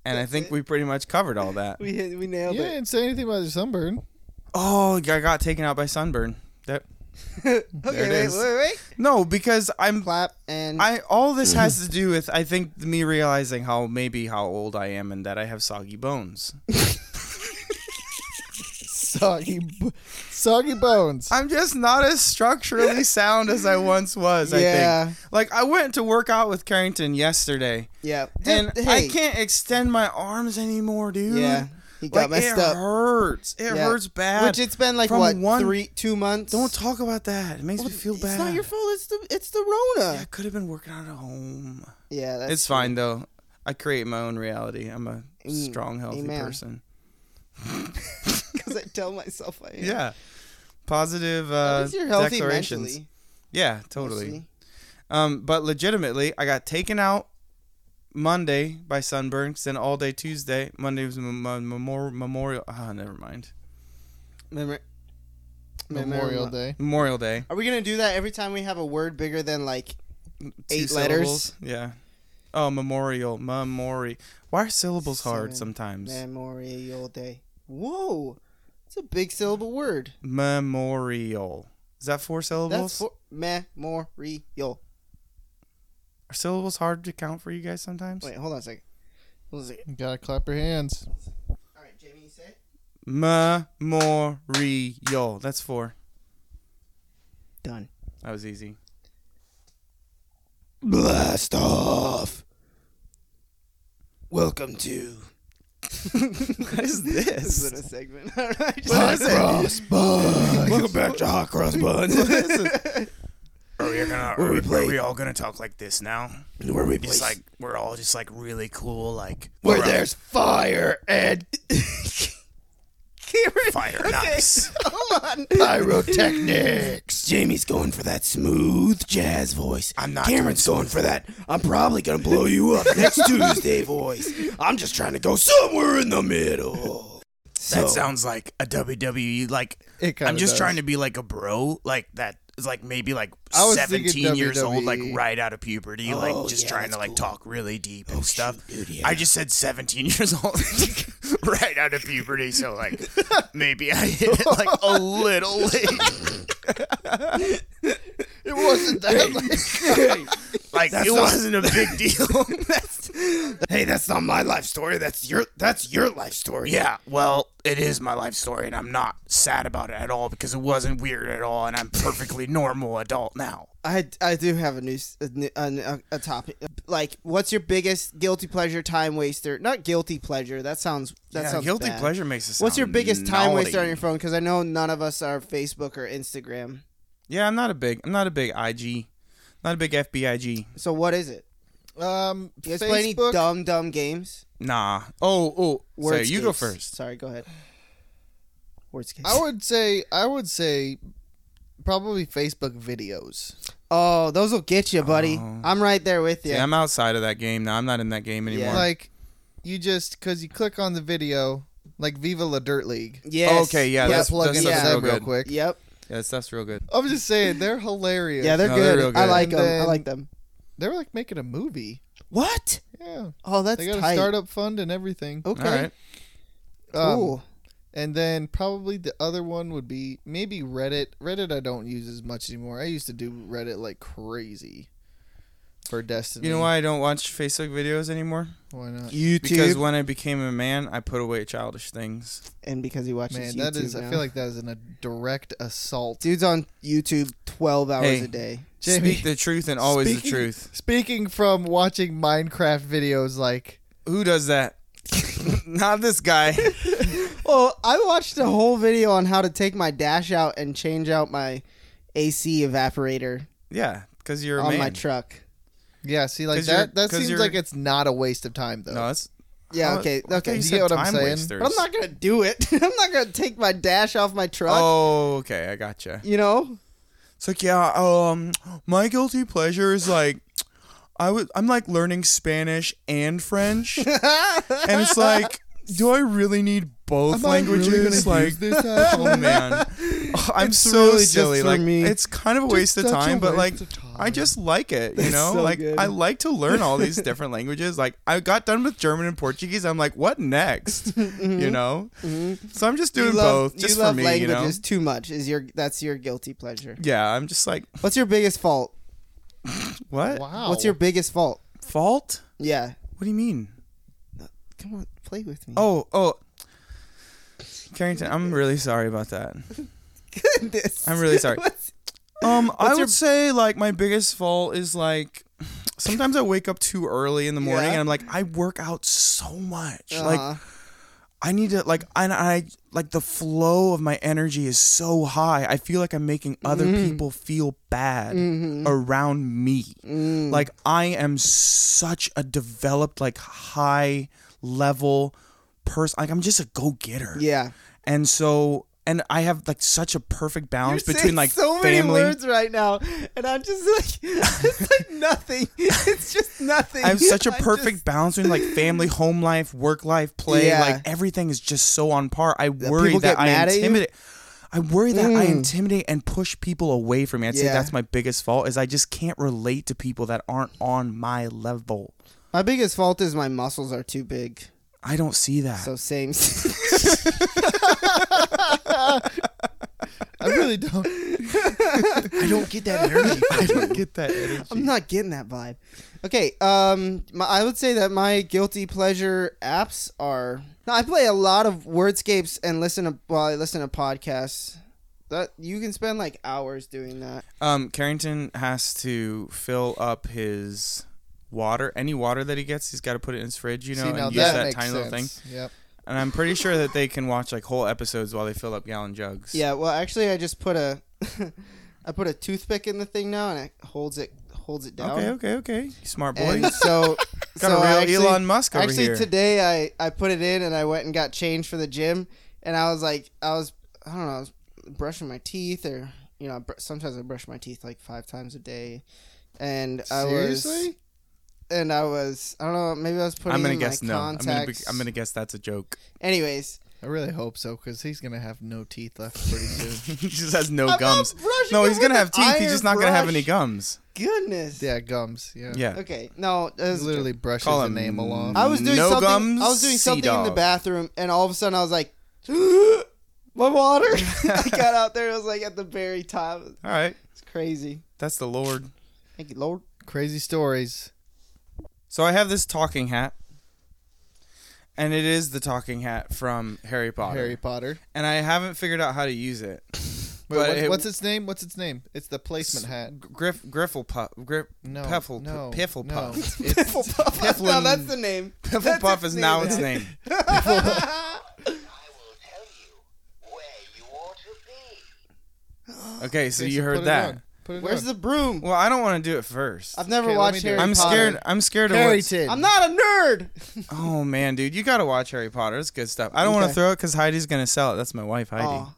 Speaker 1: And I
Speaker 2: That's
Speaker 1: think
Speaker 2: it.
Speaker 1: we pretty much covered all that.
Speaker 2: We hit, we nailed
Speaker 3: You didn't say anything about the sunburn.
Speaker 1: Oh, I got taken out by sunburn. That
Speaker 2: okay,
Speaker 1: There it
Speaker 2: wait,
Speaker 1: is.
Speaker 2: wait, wait.
Speaker 1: no, because I'm
Speaker 2: Clap and Mm-hmm.
Speaker 1: I all this has to do with I think me realizing how maybe how old I am and that I have soggy bones.
Speaker 3: Soggy, b- soggy bones.
Speaker 1: I'm just not as structurally sound as I once was. I
Speaker 2: Yeah.
Speaker 1: think like I went to work out with Carrington yesterday,
Speaker 2: yeah.
Speaker 1: and
Speaker 2: Dude,
Speaker 1: I
Speaker 2: hey,
Speaker 1: can't extend my arms anymore, dude.
Speaker 2: Yeah, he got
Speaker 1: like, it
Speaker 2: messed up.
Speaker 1: hurts. It
Speaker 2: Yeah.
Speaker 1: hurts bad.
Speaker 2: Which it's been like
Speaker 1: From
Speaker 2: what
Speaker 1: one-
Speaker 2: three two months.
Speaker 1: Don't talk about that. It makes me feel bad.
Speaker 2: It's not your fault. It's the it's the
Speaker 1: Yeah, I
Speaker 2: Rona.
Speaker 1: could have been working out at home.
Speaker 2: Yeah, that's
Speaker 1: it's fine though. I create my own reality. I'm a
Speaker 2: Mm,
Speaker 1: strong, healthy
Speaker 2: amen.
Speaker 1: person.
Speaker 2: because I tell myself I am.
Speaker 1: Yeah. Positive
Speaker 2: At
Speaker 1: uh,
Speaker 2: least you're healthy
Speaker 1: declarations.
Speaker 2: mentally.
Speaker 1: Yeah, totally.
Speaker 2: mostly.
Speaker 1: Um, but legitimately, I got taken out Monday by sunburns, then all day Tuesday. Monday was mem- mem- memor- Memorial. Ah, never mind.
Speaker 2: Memor-
Speaker 3: Memorial
Speaker 2: Memorial-
Speaker 3: Day.
Speaker 1: Memorial Day.
Speaker 2: Are we gonna do that every time we have a word bigger than like?
Speaker 1: Two
Speaker 2: Eight
Speaker 1: syllables. Yeah. Oh, memorial, memori. Why are syllables hard
Speaker 2: Seven.
Speaker 1: sometimes?
Speaker 2: Memorial Day. Whoa, it's a big syllable word.
Speaker 1: Memorial. Is that four syllables?
Speaker 2: That's for memorial.
Speaker 1: Are syllables hard to count for you guys sometimes?
Speaker 2: Wait, hold on a second. Hold on a second.
Speaker 3: You gotta clap your hands.
Speaker 2: All right, Jamie, you say. it?
Speaker 1: Memorial. That's four.
Speaker 2: Done.
Speaker 1: That was easy.
Speaker 2: Blast off. Welcome to. what
Speaker 1: is
Speaker 2: this
Speaker 1: this?
Speaker 2: is a segment. I don't know, I just-
Speaker 1: What is it?
Speaker 4: Buns. Welcome back to Hot Cross Buns,
Speaker 1: What is it?
Speaker 4: Are we, gonna,
Speaker 5: Where
Speaker 4: are,
Speaker 5: we
Speaker 4: we,
Speaker 5: play-
Speaker 4: are we all gonna talk like this now?
Speaker 5: where we
Speaker 4: Just
Speaker 5: place,
Speaker 4: like we're all just like really cool, like
Speaker 5: where
Speaker 4: we're
Speaker 5: there's fire and
Speaker 4: on fire, nice.
Speaker 2: Hold on.
Speaker 5: pyrotechnics. Jamie's going for that smooth jazz voice.
Speaker 4: I'm not
Speaker 5: Cameron's going for that. I'm probably gonna blow you up next Tuesday voice. I'm just trying to go somewhere in the middle.
Speaker 4: That sounds like a WWE. Like
Speaker 3: It kinda
Speaker 4: I'm just
Speaker 3: does.
Speaker 4: trying to be like a bro, like that is like maybe like
Speaker 3: I was thinking
Speaker 4: 17 years old, like
Speaker 5: E.
Speaker 3: WWE.
Speaker 4: right out of puberty, like
Speaker 5: Oh,
Speaker 4: just
Speaker 5: yeah,
Speaker 4: trying to
Speaker 5: that's
Speaker 4: like
Speaker 5: cool. Oh,
Speaker 4: talk really deep and stuff.
Speaker 5: shoot, dude, yeah.
Speaker 4: I just said 17 years old, right out of puberty, so like maybe I hit it like a little late.
Speaker 3: It wasn't that. Like,
Speaker 4: Like
Speaker 5: That's
Speaker 4: it
Speaker 5: not-
Speaker 4: wasn't a big deal.
Speaker 5: that's, hey, that's not my life story. That's your that's your life story.
Speaker 4: yeah, well, it is my life story, and I'm not sad about it at all because it wasn't weird at all, and I'm perfectly normal adult now.
Speaker 2: I, I do have a new s- a, new- a, a topic like what's your biggest guilty pleasure time waster not guilty pleasure that sounds that
Speaker 1: yeah,
Speaker 2: sounds
Speaker 1: guilty
Speaker 2: bad.
Speaker 1: pleasure makes us.
Speaker 2: what's your biggest time waster on your phone because I know none of us are Facebook or Instagram
Speaker 1: Yeah, I'm not a big. I'm not a big IG. Not a big FBIG.
Speaker 2: so what is it
Speaker 3: um,
Speaker 2: you guys play any
Speaker 3: Facebook-
Speaker 2: dumb dumb games
Speaker 1: Nah. Oh, oh. So you go
Speaker 2: Wordscapes.
Speaker 1: first.
Speaker 2: sorry go ahead Wordscapes.
Speaker 3: I would say I would say probably Facebook videos.
Speaker 2: Oh, those will get you, buddy.
Speaker 1: Oh.
Speaker 2: I'm right there with you.
Speaker 1: Yeah, I'm outside of that game now. I'm not in that game anymore.
Speaker 2: Yeah.
Speaker 3: Like you just because you click on the video, like Viva La Dirt League.
Speaker 2: Yes.
Speaker 1: okay, yeah,
Speaker 3: Yeah,
Speaker 1: that's-
Speaker 3: plug
Speaker 1: that's
Speaker 3: into
Speaker 2: stuff's
Speaker 3: them
Speaker 1: real
Speaker 3: real
Speaker 1: good.
Speaker 3: quick.
Speaker 2: Yep.
Speaker 1: yeah, that stuff's real good.
Speaker 3: I'm just saying they're hilarious.
Speaker 2: Yeah, they're,
Speaker 1: No,
Speaker 2: good.
Speaker 1: they're real good.
Speaker 2: I like
Speaker 3: And
Speaker 2: them. I
Speaker 3: then-
Speaker 2: like them.
Speaker 3: they were like making a movie.
Speaker 2: What?
Speaker 3: Yeah,
Speaker 2: Oh, that's
Speaker 3: they got
Speaker 2: tight.
Speaker 3: a startup fund and everything.
Speaker 2: okay.
Speaker 1: All right.
Speaker 3: Um,
Speaker 2: cool.
Speaker 3: And then probably the other one would be maybe Reddit. Reddit I don't use as much anymore. I used to do Reddit like crazy for Destiny.
Speaker 1: You know why I don't watch Facebook videos anymore?
Speaker 3: Why not?
Speaker 2: YouTube.
Speaker 1: Because when I became a man, I put away childish things.
Speaker 2: and because he watches
Speaker 3: Man,
Speaker 2: YouTube
Speaker 3: that is.
Speaker 2: now.
Speaker 3: I feel like that is an, a direct assault.
Speaker 2: dude's on YouTube 12 hours
Speaker 1: Hey.
Speaker 2: a day.
Speaker 3: Jamie,
Speaker 1: Speak the truth and always the
Speaker 3: speaking-
Speaker 1: truth.
Speaker 3: Speaking from watching Minecraft videos, like
Speaker 1: Who does that? Not this guy.
Speaker 2: Well, I watched a whole video on how to take my dash out and change out my AC evaporator
Speaker 1: Yeah, because you're a
Speaker 2: on
Speaker 1: man.
Speaker 2: my truck.
Speaker 3: yeah, see, like
Speaker 1: 'Cause you're-
Speaker 3: that. That
Speaker 1: 'cause
Speaker 3: seems
Speaker 1: you're-
Speaker 3: like it's not a waste of time though.
Speaker 1: no, that's
Speaker 2: Yeah,
Speaker 1: I-
Speaker 2: okay.
Speaker 1: I thought
Speaker 2: Okay.
Speaker 1: You
Speaker 3: get
Speaker 1: said
Speaker 3: what I'm
Speaker 1: time
Speaker 3: saying?
Speaker 1: wasters.
Speaker 2: But I'm not going to do it. I'm not going to take my dash off my truck,
Speaker 1: Oh, okay, I gotcha.
Speaker 2: you know?
Speaker 1: It's like yeah, um, my guilty pleasure is like, I would I'm like learning Spanish and French, and it's like, do I really need both
Speaker 3: Am I really
Speaker 1: languages?
Speaker 3: gonna
Speaker 1: like,
Speaker 3: use this asshole?
Speaker 1: oh man, Oh, I'm
Speaker 3: It's
Speaker 1: so
Speaker 3: really just
Speaker 1: silly.
Speaker 3: for
Speaker 1: like
Speaker 3: me.
Speaker 1: it's kind of a waste of
Speaker 3: such a
Speaker 1: time, but like
Speaker 3: waste of time.
Speaker 1: I just like it. You know,
Speaker 2: so
Speaker 1: like
Speaker 2: good.
Speaker 1: I like to learn all these different languages. Like I got done with German and Portuguese. I'm like, what next?
Speaker 3: Mm-hmm.
Speaker 1: You know, so I'm just doing both just
Speaker 2: you love
Speaker 1: for me. You
Speaker 2: languages
Speaker 1: know,
Speaker 2: too much. Is your that's your guilty pleasure?
Speaker 1: yeah. I'm just like,
Speaker 2: What's your biggest fault?
Speaker 1: what
Speaker 3: Wow.
Speaker 2: What's
Speaker 1: Oh.
Speaker 2: your biggest fault?
Speaker 1: fault?
Speaker 2: Yeah,
Speaker 1: What do you mean?
Speaker 2: come on, play with me.
Speaker 1: Oh, oh. Carrington, I'm really sorry about that.
Speaker 2: goodness!
Speaker 1: I'm really sorry.
Speaker 2: What's-
Speaker 1: Um, I would
Speaker 2: your-
Speaker 1: say like my biggest fault is like sometimes I wake up too early in the morning
Speaker 2: Yeah.
Speaker 1: and I'm like I work out so much. Like
Speaker 2: Uh-huh.
Speaker 1: I need to like I, I like the flow of my energy is so high. I feel like I'm making other
Speaker 2: Mm-hmm.
Speaker 1: people feel bad around me.
Speaker 2: Mm.
Speaker 1: Like I am such a developed like high level person. Like I'm just a go getter.
Speaker 2: yeah.
Speaker 1: and so and I have like such a perfect
Speaker 2: You're
Speaker 1: balance
Speaker 2: saying
Speaker 1: between like
Speaker 2: so
Speaker 1: family.
Speaker 2: many words right now, and I'm just like, it's like nothing. It's just nothing.
Speaker 1: I have such a
Speaker 2: I'm
Speaker 1: perfect
Speaker 2: just-
Speaker 1: balance between like family, home life, work life, play.
Speaker 2: Yeah.
Speaker 1: Like everything is just so on par. I worry
Speaker 2: people
Speaker 1: that
Speaker 2: get
Speaker 1: I
Speaker 2: mad at you? Mm.
Speaker 1: intimidate. I worry that I intimidate and push people away from me. I'd say
Speaker 2: Yeah.
Speaker 1: that's my biggest fault is I just can't relate to people that aren't on my level.
Speaker 2: my biggest fault is my muscles are too big.
Speaker 1: I don't see that.
Speaker 2: So same.
Speaker 3: I really don't.
Speaker 1: I don't get that energy. I don't get that energy.
Speaker 2: I'm not getting that vibe. Okay, um, my, I would say that my guilty pleasure apps are. I play a lot of wordscapes and listen to while I listen to podcasts. That you can spend like hours doing that.
Speaker 1: Um, Carrington has to fill up his water. Any water that he gets, he's got to put it in his fridge, you know,
Speaker 3: See now
Speaker 1: and use
Speaker 3: that,
Speaker 1: that
Speaker 3: makes
Speaker 1: tiny little
Speaker 3: sense.
Speaker 1: thing.
Speaker 3: Yep.
Speaker 1: And I'm pretty sure that they can watch like whole episodes while they fill up gallon jugs.
Speaker 2: Yeah. Well, actually, I just put a, I put a toothpick in the thing now, and it holds it holds it down.
Speaker 1: Okay, okay, okay. Smart boy.
Speaker 2: Oh. And so,
Speaker 1: Got
Speaker 2: so
Speaker 1: a
Speaker 2: I
Speaker 1: real
Speaker 2: actually-
Speaker 1: Elon Musk over
Speaker 2: actually
Speaker 1: here.
Speaker 2: today I, I put it in and I went and got changed for the gym and I was like I was I don't know I was brushing my teeth or you know I br- sometimes I brush my teeth like five times a day and I was
Speaker 3: Seriously?
Speaker 2: and I was I don't know maybe I was putting
Speaker 1: I'm gonna
Speaker 2: in
Speaker 1: guess
Speaker 2: my
Speaker 1: no. I'm gonna, be,
Speaker 2: contacts
Speaker 1: I'm gonna guess that's a joke.
Speaker 2: anyways
Speaker 3: I really hope so because he's gonna have no teeth left pretty soon.
Speaker 1: he just has no
Speaker 2: I'm not
Speaker 1: gums.
Speaker 2: brushing
Speaker 1: No,
Speaker 2: it
Speaker 1: he's gonna
Speaker 2: with
Speaker 1: have
Speaker 2: an
Speaker 1: teeth. He's just not
Speaker 2: iron
Speaker 1: gonna have
Speaker 2: brush.
Speaker 1: any gums.
Speaker 2: goodness
Speaker 3: yeah, gums. Yeah.
Speaker 1: Yeah.
Speaker 2: okay no it
Speaker 3: He
Speaker 2: was
Speaker 3: literally brushes
Speaker 1: Call him
Speaker 3: enamel off.
Speaker 2: I was doing
Speaker 1: No
Speaker 2: something
Speaker 1: gums,
Speaker 2: I was doing
Speaker 1: sea
Speaker 2: something in the
Speaker 1: dog.
Speaker 2: bathroom and all of a sudden I was like my water. I got out there. It was like at the very top.
Speaker 1: All right.
Speaker 2: It's crazy.
Speaker 1: That's the Lord.
Speaker 2: Thank you, Lord.
Speaker 3: Crazy stories.
Speaker 1: So I have this talking hat. And it is the talking hat from Harry Potter.
Speaker 3: Harry Potter.
Speaker 1: And I haven't figured out how to use it.
Speaker 3: Wait,
Speaker 1: But
Speaker 3: what-
Speaker 1: it-
Speaker 3: what's its name? What's its name? It's the placement hat.
Speaker 1: Griff Griffle Puff Griff
Speaker 3: No.
Speaker 1: Piffle
Speaker 3: no,
Speaker 1: Piffle
Speaker 3: no.
Speaker 1: Puff.
Speaker 3: It's
Speaker 2: Pifflin. no, that's the name.
Speaker 1: Piffle
Speaker 2: That's
Speaker 1: Puff
Speaker 2: its
Speaker 1: is now
Speaker 2: name.
Speaker 1: its name.
Speaker 6: I will tell you where you ought to be.
Speaker 1: Okay, so
Speaker 3: Okay,
Speaker 1: you
Speaker 3: put
Speaker 1: heard
Speaker 3: it
Speaker 1: that.
Speaker 3: on. Put it
Speaker 2: Where's
Speaker 3: on.
Speaker 2: the broom?
Speaker 1: Well, I don't want to do it first.
Speaker 2: I've never
Speaker 3: Okay, let me
Speaker 2: watched
Speaker 3: do it.
Speaker 2: Harry
Speaker 1: I'm
Speaker 2: Potter.
Speaker 1: scared. I'm scared of what's
Speaker 3: Harrington?
Speaker 2: I'm not a nerd.
Speaker 1: Oh man, dude, you gotta watch Harry Potter. It's good stuff. I don't want
Speaker 2: Okay.
Speaker 1: to throw it because Heidi's gonna sell it. That's my wife, Heidi.
Speaker 2: Aw.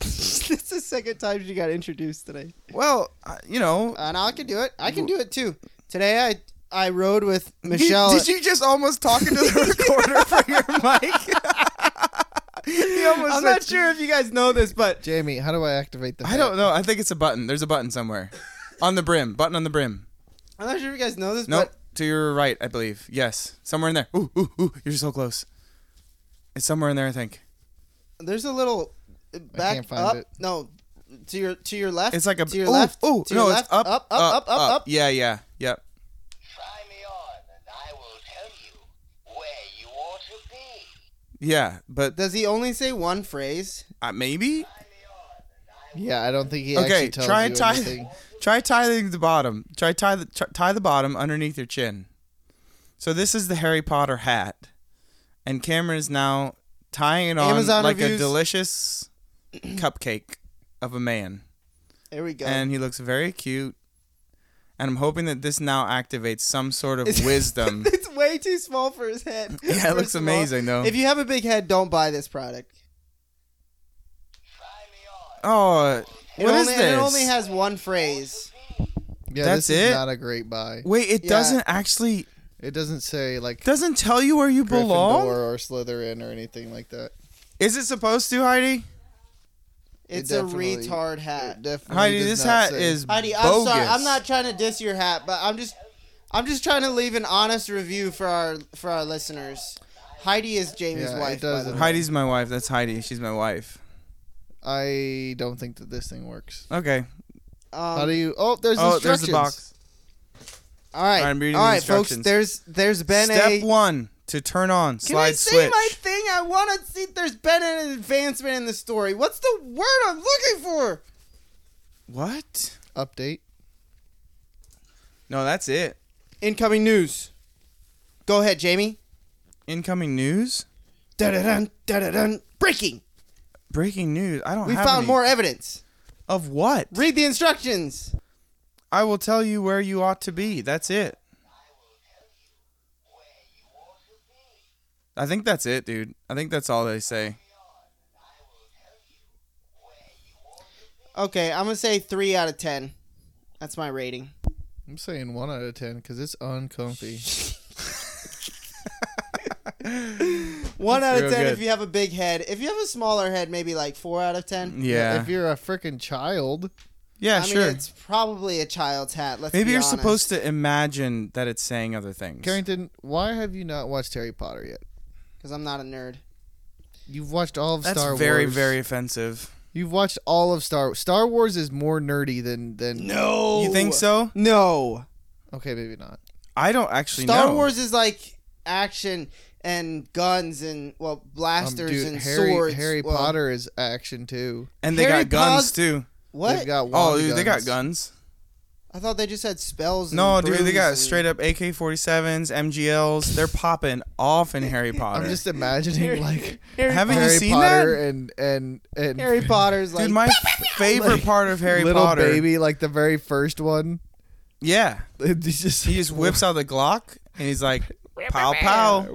Speaker 2: That's the second time she got introduced today.
Speaker 1: Well, uh, you know,
Speaker 2: And I can do it. I can do it too. Today I I rode with Michelle.
Speaker 1: Did you just almost talk into the recorder for your mic? He almost
Speaker 2: I'm
Speaker 1: said-
Speaker 2: not sure if you guys know this, but
Speaker 3: Jamie, how do I activate the?
Speaker 1: I don't know. I think it's a button. There's a button somewhere on the brim. Button on the brim.
Speaker 2: I'm not sure if you guys know this,
Speaker 1: No,
Speaker 2: but
Speaker 1: to your right, I believe. Yes, somewhere in there. Ooh, ooh, ooh! You're so close. It's somewhere in there, I think.
Speaker 2: there's a little uh, back
Speaker 3: can't find
Speaker 2: up.
Speaker 3: it.
Speaker 2: No, to your to your left.
Speaker 1: It's like a
Speaker 2: to your
Speaker 1: ooh,
Speaker 2: left.
Speaker 1: Ooh,
Speaker 2: to
Speaker 1: no,
Speaker 2: your
Speaker 1: it's
Speaker 2: left.
Speaker 1: up,
Speaker 2: up, up, up, up, up.
Speaker 1: Yeah, yeah, yep.
Speaker 6: Try me on, and I will tell you where you ought to be.
Speaker 1: Yeah, but
Speaker 2: Does he only say one phrase?
Speaker 1: uh, maybe.
Speaker 3: Yeah, I don't think he
Speaker 1: Okay,
Speaker 3: actually tells
Speaker 1: try
Speaker 3: you
Speaker 1: tie,
Speaker 3: anything.
Speaker 1: try tying the bottom. Try tie the try, tie the bottom underneath your chin. So this is the Harry Potter hat, and Cameron is now tying it on
Speaker 2: Amazon
Speaker 1: like a
Speaker 2: reviews.
Speaker 1: delicious cupcake of a man,
Speaker 2: There we go.
Speaker 1: and he looks very cute. And I'm hoping that this now activates some sort of wisdom.
Speaker 2: it's way too small for his head.
Speaker 1: Yeah, it looks
Speaker 2: First of all,
Speaker 1: amazing though.
Speaker 2: If you have a big head, don't buy this product.
Speaker 6: Try me on.
Speaker 1: oh,
Speaker 2: It
Speaker 1: what is
Speaker 2: only,
Speaker 1: this?
Speaker 2: It only has one phrase.
Speaker 3: Yeah,
Speaker 1: That's
Speaker 3: this is
Speaker 1: it?
Speaker 3: not a great buy.
Speaker 1: Wait, it
Speaker 2: Yeah.
Speaker 1: doesn't actually
Speaker 3: It doesn't say like
Speaker 1: doesn't tell you where you
Speaker 3: Gryffindor
Speaker 1: belong.
Speaker 3: or Slytherin or anything like that.
Speaker 1: Is it supposed to, Heidi?
Speaker 2: It's
Speaker 3: It
Speaker 2: a
Speaker 3: definitely-
Speaker 2: retard hat.
Speaker 3: It definitely
Speaker 1: Heidi,
Speaker 3: does
Speaker 1: this
Speaker 3: not
Speaker 1: hat
Speaker 3: say-
Speaker 1: is
Speaker 2: Heidi, I'm
Speaker 1: bogus.
Speaker 2: sorry. I'm not trying to diss your hat, but I'm just, I'm just trying to leave an honest review for our for our listeners. Heidi is Jamie's
Speaker 3: Yeah, it
Speaker 2: wife. by
Speaker 3: does
Speaker 2: the
Speaker 3: it.
Speaker 2: way.
Speaker 1: Heidi's my wife. That's Heidi. She's my wife.
Speaker 3: I don't think that this thing works.
Speaker 1: Okay.
Speaker 3: How
Speaker 2: Um,
Speaker 3: do you? Oh, there's
Speaker 1: oh, there's
Speaker 3: instructions.
Speaker 1: the box.
Speaker 2: all right,
Speaker 1: I'm reading
Speaker 2: all
Speaker 1: the
Speaker 2: right, folks.
Speaker 1: instructions.
Speaker 2: There's there's been a.
Speaker 1: Step one to turn on
Speaker 2: Can
Speaker 1: slide
Speaker 2: I say
Speaker 1: switch.
Speaker 2: my thing? I want to see. There's been an advancement in the story. What's the word I'm looking for?
Speaker 1: what?
Speaker 3: Update.
Speaker 1: No, that's it.
Speaker 2: Incoming news. Go ahead, Jamie.
Speaker 1: Incoming news.
Speaker 2: Da-da-dun, da-da-dun. Breaking.
Speaker 1: Breaking news. I don't.
Speaker 2: We
Speaker 1: have
Speaker 2: found
Speaker 1: any.
Speaker 2: more evidence.
Speaker 1: of what?
Speaker 2: Read the instructions.
Speaker 1: I will tell you where you ought to be. That's it. I think that's it, dude. I think that's all they say.
Speaker 2: Okay, I'm gonna say three out of ten. That's my rating.
Speaker 3: I'm saying one out of ten because it's uncomfy.
Speaker 2: One out of
Speaker 1: real
Speaker 2: ten
Speaker 1: good.
Speaker 2: if you have a big head. If you have a smaller head, maybe like four out of ten.
Speaker 1: Yeah.
Speaker 3: If you're a freaking child,
Speaker 1: yeah,
Speaker 2: I
Speaker 1: sure.
Speaker 2: mean, it's probably a child's hat. Let's
Speaker 1: Maybe
Speaker 2: be
Speaker 1: you're
Speaker 2: honest.
Speaker 1: supposed to imagine that it's saying other things.
Speaker 3: Carrington, why have you not watched Harry Potter yet?
Speaker 2: because I'm not a nerd.
Speaker 3: You've watched all of
Speaker 1: That's
Speaker 3: Star
Speaker 1: very,
Speaker 3: Wars.
Speaker 1: very offensive.
Speaker 3: You've watched all of Star Star Wars is more nerdy than than.
Speaker 5: No.
Speaker 1: You think so?
Speaker 2: No,
Speaker 3: Okay, maybe not.
Speaker 1: I don't actually
Speaker 2: Star
Speaker 1: know.
Speaker 2: Wars is like action and guns and well
Speaker 3: Um,
Speaker 2: blasters
Speaker 3: dude,
Speaker 2: and
Speaker 3: Harry
Speaker 2: swords.
Speaker 3: Harry
Speaker 2: Well,
Speaker 3: Potter is action too.
Speaker 1: and they
Speaker 2: Harry
Speaker 1: got guns
Speaker 2: Pos-
Speaker 1: too.
Speaker 2: What?
Speaker 3: They've got
Speaker 1: Oh,
Speaker 3: wand
Speaker 1: dude, they got guns.
Speaker 2: I thought they just had spells.
Speaker 1: No,
Speaker 2: and
Speaker 1: dude, they
Speaker 2: brews
Speaker 1: got
Speaker 2: and-
Speaker 1: straight up AK-47s, MGLs. They're popping off in Harry Potter.
Speaker 3: I'm just imagining like
Speaker 2: Harry,
Speaker 1: Haven't you
Speaker 3: Harry
Speaker 1: seen
Speaker 3: Potter
Speaker 1: that?
Speaker 3: and and and
Speaker 2: Harry Potter's like
Speaker 1: Dude, my favorite
Speaker 3: Like,
Speaker 1: part of Harry
Speaker 3: little
Speaker 1: Potter.
Speaker 3: baby, like the very first one.
Speaker 1: Yeah,
Speaker 3: He's just
Speaker 1: he just whips out the Glock and he's like, pow pow.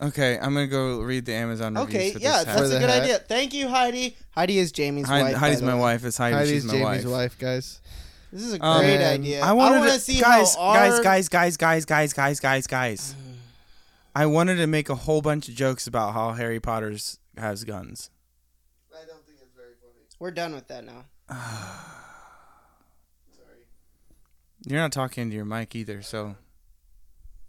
Speaker 1: Okay, I'm gonna go read the Amazon reviews.
Speaker 2: okay,
Speaker 1: for this
Speaker 2: yeah,
Speaker 1: hat.
Speaker 2: that's a
Speaker 3: the
Speaker 2: good
Speaker 3: hat.
Speaker 2: idea. Thank you, Heidi. Heidi is Jamie's
Speaker 1: Heidi-
Speaker 2: wife. by
Speaker 1: Heidi's
Speaker 2: the
Speaker 1: my
Speaker 2: way.
Speaker 1: wife. It's Heidi.
Speaker 3: Heidi's
Speaker 1: she's my
Speaker 3: Jamie's
Speaker 1: wife.
Speaker 3: wife, guys.
Speaker 2: This is a great
Speaker 1: Um,
Speaker 2: idea.
Speaker 1: I wanted
Speaker 2: want
Speaker 1: to
Speaker 2: to see
Speaker 1: guys,
Speaker 2: how our,
Speaker 1: guys, guys, guys, guys, guys, guys, guys, guys. I wanted to make a whole bunch of jokes about how Harry Potter's has guns.
Speaker 2: We're done with that now.
Speaker 1: You're not talking to your mic either, so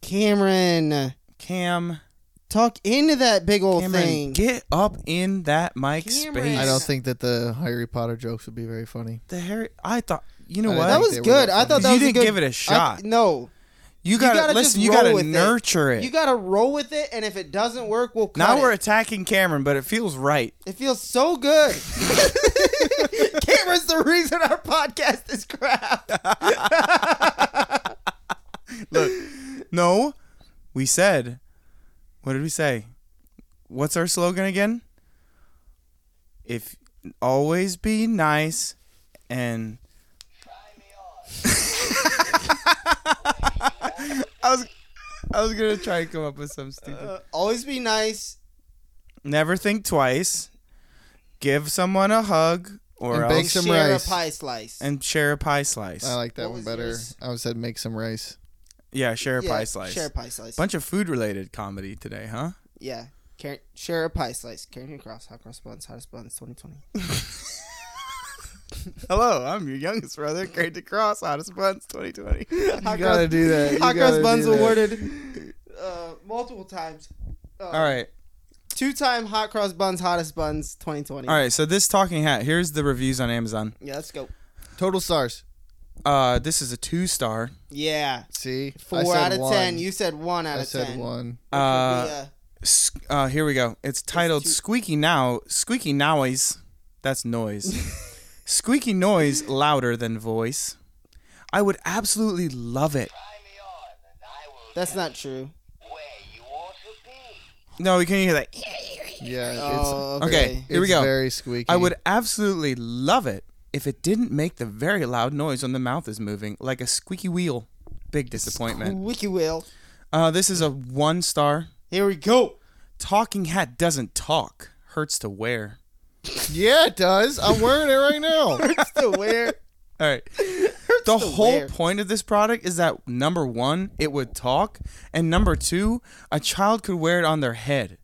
Speaker 2: Cameron,
Speaker 1: Cam,
Speaker 2: Talk into that big old
Speaker 1: Cameron,
Speaker 2: thing.
Speaker 1: get up in that mic
Speaker 2: Cameron.
Speaker 1: space.
Speaker 3: I don't think that the Harry Potter jokes would be very funny.
Speaker 1: the Harry. I thought you know
Speaker 3: I
Speaker 1: what
Speaker 2: that
Speaker 3: think
Speaker 2: was
Speaker 3: they were
Speaker 2: good. I
Speaker 3: funny.
Speaker 2: thought that
Speaker 1: you
Speaker 2: was a
Speaker 1: didn't
Speaker 2: good-
Speaker 1: give it a shot.
Speaker 2: I, no,
Speaker 1: you gotta,
Speaker 2: gotta just
Speaker 1: listen. You
Speaker 2: roll
Speaker 1: gotta
Speaker 2: with it.
Speaker 1: nurture it.
Speaker 2: you got to roll with it, and if it doesn't work, we'll cut
Speaker 1: now
Speaker 2: it.
Speaker 1: we're attacking Cameron, but it feels right.
Speaker 2: It feels so good. Cameron's the reason our podcast is crap.
Speaker 1: No, we said. What did we say? What's our slogan again? If always be nice and. I was, I was gonna try and come up with some stupid.
Speaker 2: Uh, Always be nice.
Speaker 1: Never think twice. Give someone a hug, or
Speaker 3: And
Speaker 1: else,
Speaker 3: bake some
Speaker 2: share
Speaker 3: rice.
Speaker 2: a pie slice.
Speaker 1: and share a pie slice.
Speaker 3: I like that
Speaker 2: What
Speaker 3: one
Speaker 2: was
Speaker 3: better.
Speaker 2: yours?
Speaker 3: I said make some rice.
Speaker 1: yeah, share a
Speaker 2: Yeah,
Speaker 1: pie slice.
Speaker 2: Share a pie slice.
Speaker 1: Bunch of food-related comedy today, huh?
Speaker 2: yeah. Car- share a pie slice. Carrington Cross, Hot Cross Buns, Hottest Buns 2020.
Speaker 1: Hello, I'm your youngest brother, Great to Cross, Hottest Buns 2020.
Speaker 2: Hot
Speaker 3: gotta
Speaker 2: Cross-
Speaker 3: do that. You
Speaker 2: Hot Cross
Speaker 3: gotta
Speaker 2: Buns
Speaker 3: do that.
Speaker 2: awarded uh, multiple times. Uh,
Speaker 1: All right.
Speaker 2: Two time Hot Cross Buns, Hottest Buns 2020.
Speaker 1: All right, so this talking hat, here's the reviews on Amazon.
Speaker 2: Yeah, let's go.
Speaker 3: Total stars.
Speaker 1: Uh, this is a 2 star.
Speaker 2: Yeah.
Speaker 3: See, I
Speaker 2: Four
Speaker 3: said
Speaker 2: out of
Speaker 3: one.
Speaker 2: ten. You said one out
Speaker 3: I
Speaker 2: of
Speaker 3: said
Speaker 2: ten.
Speaker 3: one.
Speaker 1: Uh,
Speaker 2: yeah.
Speaker 1: s- uh here we go. It's titled
Speaker 2: two-
Speaker 1: Squeaky Now, Squeaky Noise. That's noise. Squeaky noise louder than voice. I would absolutely love it.
Speaker 6: Try me on, and I will
Speaker 2: That's not true.
Speaker 6: where you ought to be.
Speaker 1: No, you can hear that.
Speaker 3: Yeah,
Speaker 2: Oh,
Speaker 1: Okay,
Speaker 2: okay.
Speaker 3: it's,
Speaker 1: here we
Speaker 3: it's
Speaker 1: go.
Speaker 3: Very squeaky.
Speaker 1: I would absolutely love it if it didn't make the very loud noise when the mouth is moving, like a squeaky wheel. Big disappointment.
Speaker 2: Wiki will.
Speaker 1: Uh, this is a one star.
Speaker 2: Here we go.
Speaker 1: Talking hat doesn't talk. Hurts to wear.
Speaker 3: Yeah, it does. I'm wearing it right now.
Speaker 2: It's the where.
Speaker 1: All right. the
Speaker 2: to
Speaker 1: whole
Speaker 2: wear.
Speaker 1: point of this product is that number one, it would talk, and number two, a child could wear it on their head.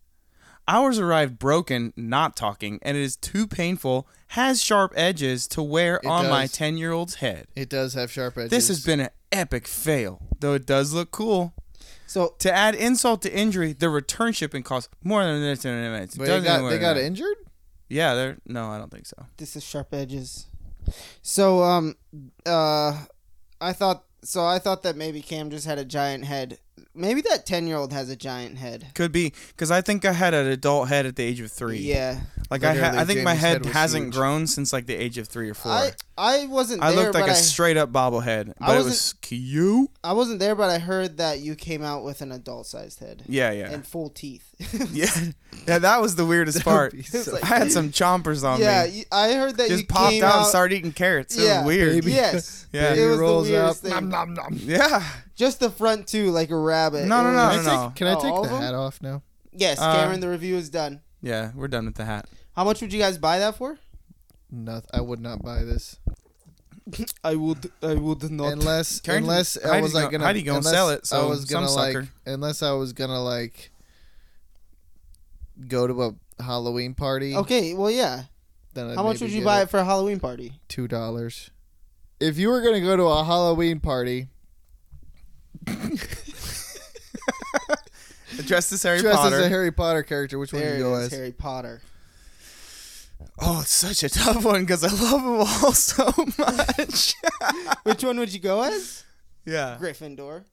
Speaker 1: Ours arrived broken, not talking, and it is too painful, has sharp edges to wear on my
Speaker 3: does.
Speaker 1: 10 year old's head.
Speaker 3: It does have sharp edges.
Speaker 1: This has been an epic fail, though it does look cool.
Speaker 2: So
Speaker 1: To add insult to injury, the return shipping costs more than this in minutes.
Speaker 3: But they got, they got injured.
Speaker 1: Yeah, they're no, I don't think so.
Speaker 2: this is sharp edges. So um uh I thought so I thought that maybe Cam just had a giant head. Maybe that ten year old has a giant head.
Speaker 1: Could be because I think I had an adult head at the age of three.
Speaker 2: Yeah.
Speaker 1: like I, ha-
Speaker 3: Literally,
Speaker 1: I think my
Speaker 3: Jamie's
Speaker 1: head,
Speaker 3: head was
Speaker 1: hasn't
Speaker 3: huge.
Speaker 1: grown since like the age of three or four.
Speaker 2: I
Speaker 1: I,
Speaker 2: I wasn't there,
Speaker 1: looked like
Speaker 2: but
Speaker 1: a
Speaker 2: I-
Speaker 1: straight up bobblehead, but it
Speaker 2: wasn't-
Speaker 1: was cute.
Speaker 2: I wasn't there, but I heard that you came out with an adult sized head
Speaker 1: Yeah, yeah,
Speaker 2: and full teeth.
Speaker 1: yeah, yeah. That was the weirdest part.
Speaker 3: be so-
Speaker 1: I had some chompers on
Speaker 2: yeah,
Speaker 1: me.
Speaker 2: you, I heard that
Speaker 1: Just
Speaker 2: you
Speaker 1: popped
Speaker 2: came
Speaker 1: out, and started eating carrots. It
Speaker 2: yeah,
Speaker 1: was weird.
Speaker 2: Yes,
Speaker 1: Yeah.
Speaker 2: it
Speaker 1: Baby
Speaker 2: was
Speaker 3: rolls
Speaker 2: the weirdest
Speaker 3: up.
Speaker 2: thing.
Speaker 1: Yeah.
Speaker 2: Just the front two, like a rabbit.
Speaker 1: No,
Speaker 2: It
Speaker 1: no, no,
Speaker 2: was-
Speaker 3: Can
Speaker 1: no,
Speaker 3: I
Speaker 1: no.
Speaker 3: take, can I
Speaker 2: Oh,
Speaker 3: take
Speaker 2: all of
Speaker 3: the
Speaker 2: them?
Speaker 3: hat off now?
Speaker 2: Yes,
Speaker 1: Uh,
Speaker 2: Cameron, the review is done.
Speaker 1: Yeah, we're done with the hat.
Speaker 2: How much would you guys buy that for?
Speaker 3: No, I would not buy this
Speaker 2: I would. I would not.
Speaker 3: unless
Speaker 1: Karen-
Speaker 3: unless I
Speaker 1: Heidi's
Speaker 3: was like
Speaker 1: gonna-
Speaker 3: gonna,
Speaker 1: Heidi's gonna
Speaker 3: unless
Speaker 1: sell it, so
Speaker 3: I was
Speaker 1: some
Speaker 3: gonna like
Speaker 1: sucker.
Speaker 3: unless I was gonna like go to a Halloween party.
Speaker 2: okay. Well, yeah.
Speaker 3: then I'd
Speaker 2: How much
Speaker 3: maybe
Speaker 2: would you
Speaker 3: get
Speaker 2: buy
Speaker 3: it.
Speaker 2: it for a Halloween party?
Speaker 3: two dollars. If you were gonna go to a Halloween party,
Speaker 1: Dressed as Harry
Speaker 3: dressed
Speaker 1: Potter.
Speaker 3: as a Harry Potter character, which one
Speaker 2: There
Speaker 3: do
Speaker 2: it
Speaker 3: you go
Speaker 2: is,
Speaker 3: as?
Speaker 2: Harry Potter.
Speaker 1: oh, it's such a tough one because I love them all so much.
Speaker 2: Which one would you go as?
Speaker 1: yeah.
Speaker 2: Gryffindor.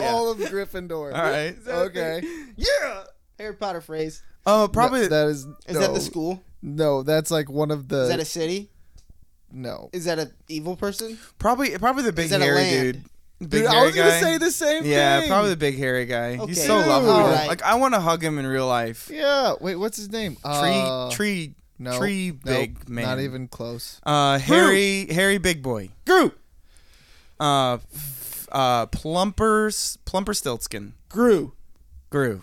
Speaker 3: All of Gryffindor.
Speaker 1: All right.
Speaker 3: Okay.
Speaker 2: Yeah. Harry Potter phrase.
Speaker 1: Oh, probably.
Speaker 3: No, that is
Speaker 2: Is
Speaker 3: no,
Speaker 2: that the school?
Speaker 3: No, that's like one of the
Speaker 2: Is that a city?
Speaker 3: no.
Speaker 2: Is that an evil person?
Speaker 1: Probably probably the big
Speaker 2: that a
Speaker 1: hairy
Speaker 2: land?
Speaker 1: dude. The Big
Speaker 3: Dude, I
Speaker 1: hairy
Speaker 3: was gonna
Speaker 1: guy.
Speaker 3: say the same
Speaker 1: Yeah,
Speaker 3: thing.
Speaker 1: probably the big hairy guy. He's
Speaker 2: Okay.
Speaker 1: so
Speaker 2: Dude.
Speaker 1: lovable.
Speaker 2: Alright.
Speaker 1: Like I want to hug him in real life. Tree
Speaker 3: Yeah. Wait, what's his name?
Speaker 2: Oh.
Speaker 3: Uh,
Speaker 1: tree
Speaker 3: no,
Speaker 1: tree
Speaker 3: nope,
Speaker 1: big man.
Speaker 3: Not even close.
Speaker 1: Uh, hairy hairy big boy.
Speaker 2: Groot.
Speaker 1: Uh, f- uh, plumper s- plumper Stiltskin.
Speaker 2: Gru.
Speaker 1: Grew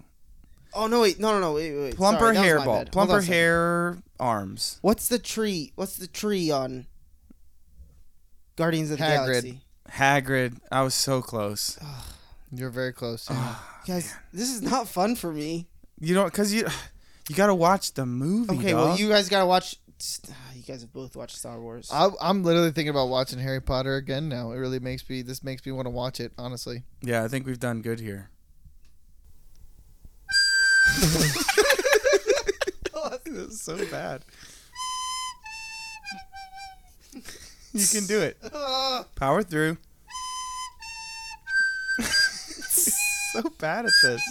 Speaker 2: Oh no! Wait. No. No. No. Wait. Wait. wait.
Speaker 1: plumper
Speaker 2: Sorry, that
Speaker 1: hairball.
Speaker 2: was my bad. Hold on
Speaker 1: Plumper
Speaker 2: a second.
Speaker 1: hair arms.
Speaker 2: What's the tree? What's the tree on? Guardians of the
Speaker 3: Hagrid.
Speaker 2: Galaxy.
Speaker 1: Hagrid. I was so close.
Speaker 2: Oh.
Speaker 3: You're very close. yeah.
Speaker 2: Guys, this is not fun for me.
Speaker 1: You don't, cause you you gotta watch the movie.
Speaker 2: Okay, well,
Speaker 1: dog.
Speaker 2: you guys gotta watch ah, you guys have both watched Star Wars.
Speaker 3: I, I'm literally thinking about watching Harry Potter again now. It really makes me. This makes me want to watch it. Honestly,
Speaker 1: Yeah, I think we've done good here. Oh, this is so bad. You can do it. Power through. so bad at this.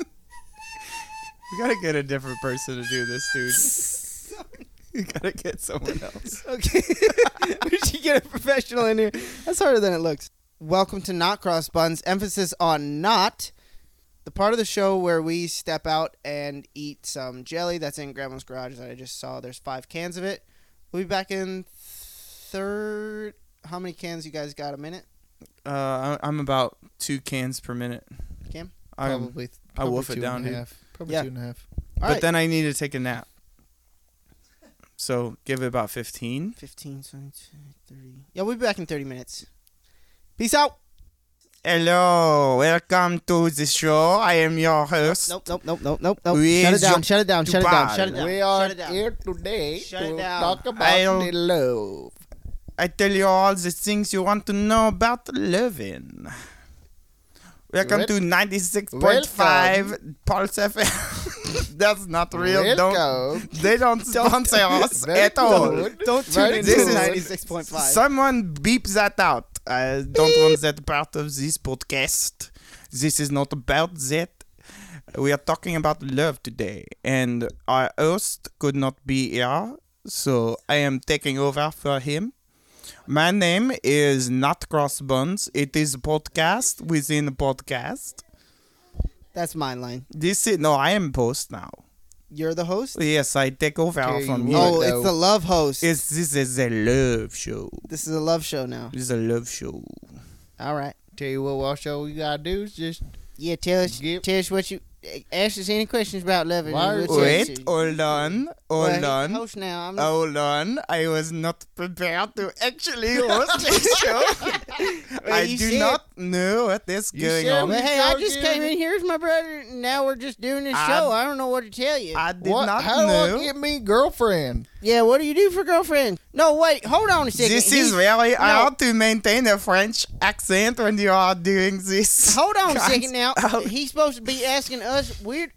Speaker 1: we gotta get a different person to do this, dude. You gotta get someone else.
Speaker 2: Okay. we should get a professional in here. That's harder than it looks. Welcome to Not Cross Buns. Emphasis on not. The part of the show where we step out and eat some jelly that's in Grandma's garage that I just saw. There's five cans of it. We'll be back in third. How many cans you guys got? A minute?
Speaker 1: Uh, I- I'm about two cans per minute.
Speaker 2: Cam?
Speaker 1: I'm-
Speaker 3: probably.
Speaker 1: I
Speaker 3: probably
Speaker 1: wolf it
Speaker 3: two
Speaker 1: down,
Speaker 3: and a
Speaker 1: dude.
Speaker 3: half. Probably
Speaker 2: Yeah.
Speaker 3: two and a half.
Speaker 2: All
Speaker 1: but
Speaker 2: right.
Speaker 1: then I need to take a nap. So give it about 15.
Speaker 2: 15, 20, 30. Yeah, we'll be back in 30 minutes. Peace out.
Speaker 1: Hello, welcome to the show. I am your host.
Speaker 2: Nope, nope, nope, nope, nope, nope.
Speaker 1: We
Speaker 2: Shut it down,
Speaker 1: jo-
Speaker 2: shut it down, shut it down, shut it down.
Speaker 3: We
Speaker 2: shut
Speaker 3: are
Speaker 2: it down.
Speaker 3: here today
Speaker 2: Shut it
Speaker 3: to
Speaker 2: down.
Speaker 3: talk about
Speaker 1: I'll-
Speaker 3: the love.
Speaker 1: I tell you all the things you want to know about living. Welcome
Speaker 3: Wel-
Speaker 1: to 96.5 Pulse FM. That's not real.
Speaker 3: Welcome.
Speaker 1: Don't, they don't sponsor us
Speaker 3: Very
Speaker 1: at all.
Speaker 3: good.
Speaker 2: Don't tune
Speaker 3: Right
Speaker 2: in
Speaker 1: into
Speaker 2: to
Speaker 1: it.
Speaker 2: 96.5.
Speaker 1: Someone beep that out. I don't want that part of this podcast. This is not about that. We are talking about love today, and our host could not be here, so I am taking over for him. My name is Not Crossbones. It is a podcast within a podcast.
Speaker 2: That's my line.
Speaker 1: This is no, I am host now.
Speaker 2: You're the host?
Speaker 1: Yes, I take over
Speaker 3: Okay,
Speaker 1: from
Speaker 3: you
Speaker 1: you.
Speaker 3: are.
Speaker 2: Oh,
Speaker 3: no.
Speaker 2: it's the love host.
Speaker 1: It's, this is a love show.
Speaker 2: this is a love show now.
Speaker 1: This is a love show.
Speaker 2: All right.
Speaker 3: Tell you what, Wash, all we gotta do is just.
Speaker 2: Yeah, tell us,
Speaker 3: Yep.
Speaker 2: tell us what you. Ask us any questions about love. and
Speaker 3: Why-
Speaker 2: we'll answer
Speaker 1: Wait,
Speaker 2: you.
Speaker 1: hold on,
Speaker 2: Well,
Speaker 1: hold
Speaker 2: he's the
Speaker 1: on,
Speaker 2: Host now. I'm not-
Speaker 1: hold on. I was not prepared to actually host this show. I
Speaker 2: you
Speaker 1: do
Speaker 2: said-
Speaker 1: not know what is
Speaker 3: You
Speaker 1: going
Speaker 3: said
Speaker 1: on.
Speaker 3: we-
Speaker 2: But hey,
Speaker 3: Go
Speaker 2: I just
Speaker 3: get
Speaker 2: came
Speaker 3: it.
Speaker 2: in here with my brother, and now we're just doing this
Speaker 1: I-
Speaker 2: show. I don't know what to tell you.
Speaker 1: I did
Speaker 3: What?
Speaker 1: not
Speaker 3: How do I
Speaker 1: know.
Speaker 3: get me girlfriend?
Speaker 2: yeah, what do you do for girlfriend? No, wait, hold on a second.
Speaker 1: This
Speaker 2: He's-
Speaker 1: is really hard to maintain a French accent when you are doing this.
Speaker 2: Hold on a
Speaker 1: Guys,
Speaker 2: second now.
Speaker 1: oh.
Speaker 2: He's supposed to be asking us weird.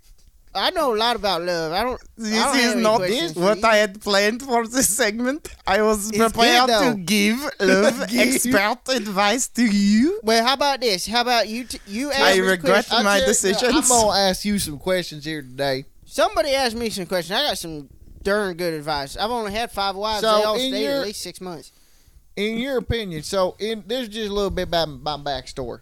Speaker 2: I know a lot about love. I don't. I
Speaker 1: This
Speaker 2: don't have
Speaker 1: is
Speaker 2: any
Speaker 1: not
Speaker 2: questions for
Speaker 1: what
Speaker 2: you.
Speaker 1: I had planned for this segment. I was
Speaker 2: good,
Speaker 1: prepared
Speaker 2: though.
Speaker 1: to give love expert advice to you.
Speaker 2: Well, how about this? How about you? T- you ask
Speaker 1: I
Speaker 2: me
Speaker 1: regret my
Speaker 2: question-
Speaker 3: Tell you, I'm
Speaker 1: decisions.
Speaker 3: gonna ask you some questions here today.
Speaker 2: Somebody asked me some questions. I got some darn good advice. I've only had five wives.
Speaker 3: So,
Speaker 2: they all
Speaker 3: in
Speaker 2: stayed
Speaker 3: your-
Speaker 2: at least six months.
Speaker 3: in your opinion, so in this is just a little bit about my backstory.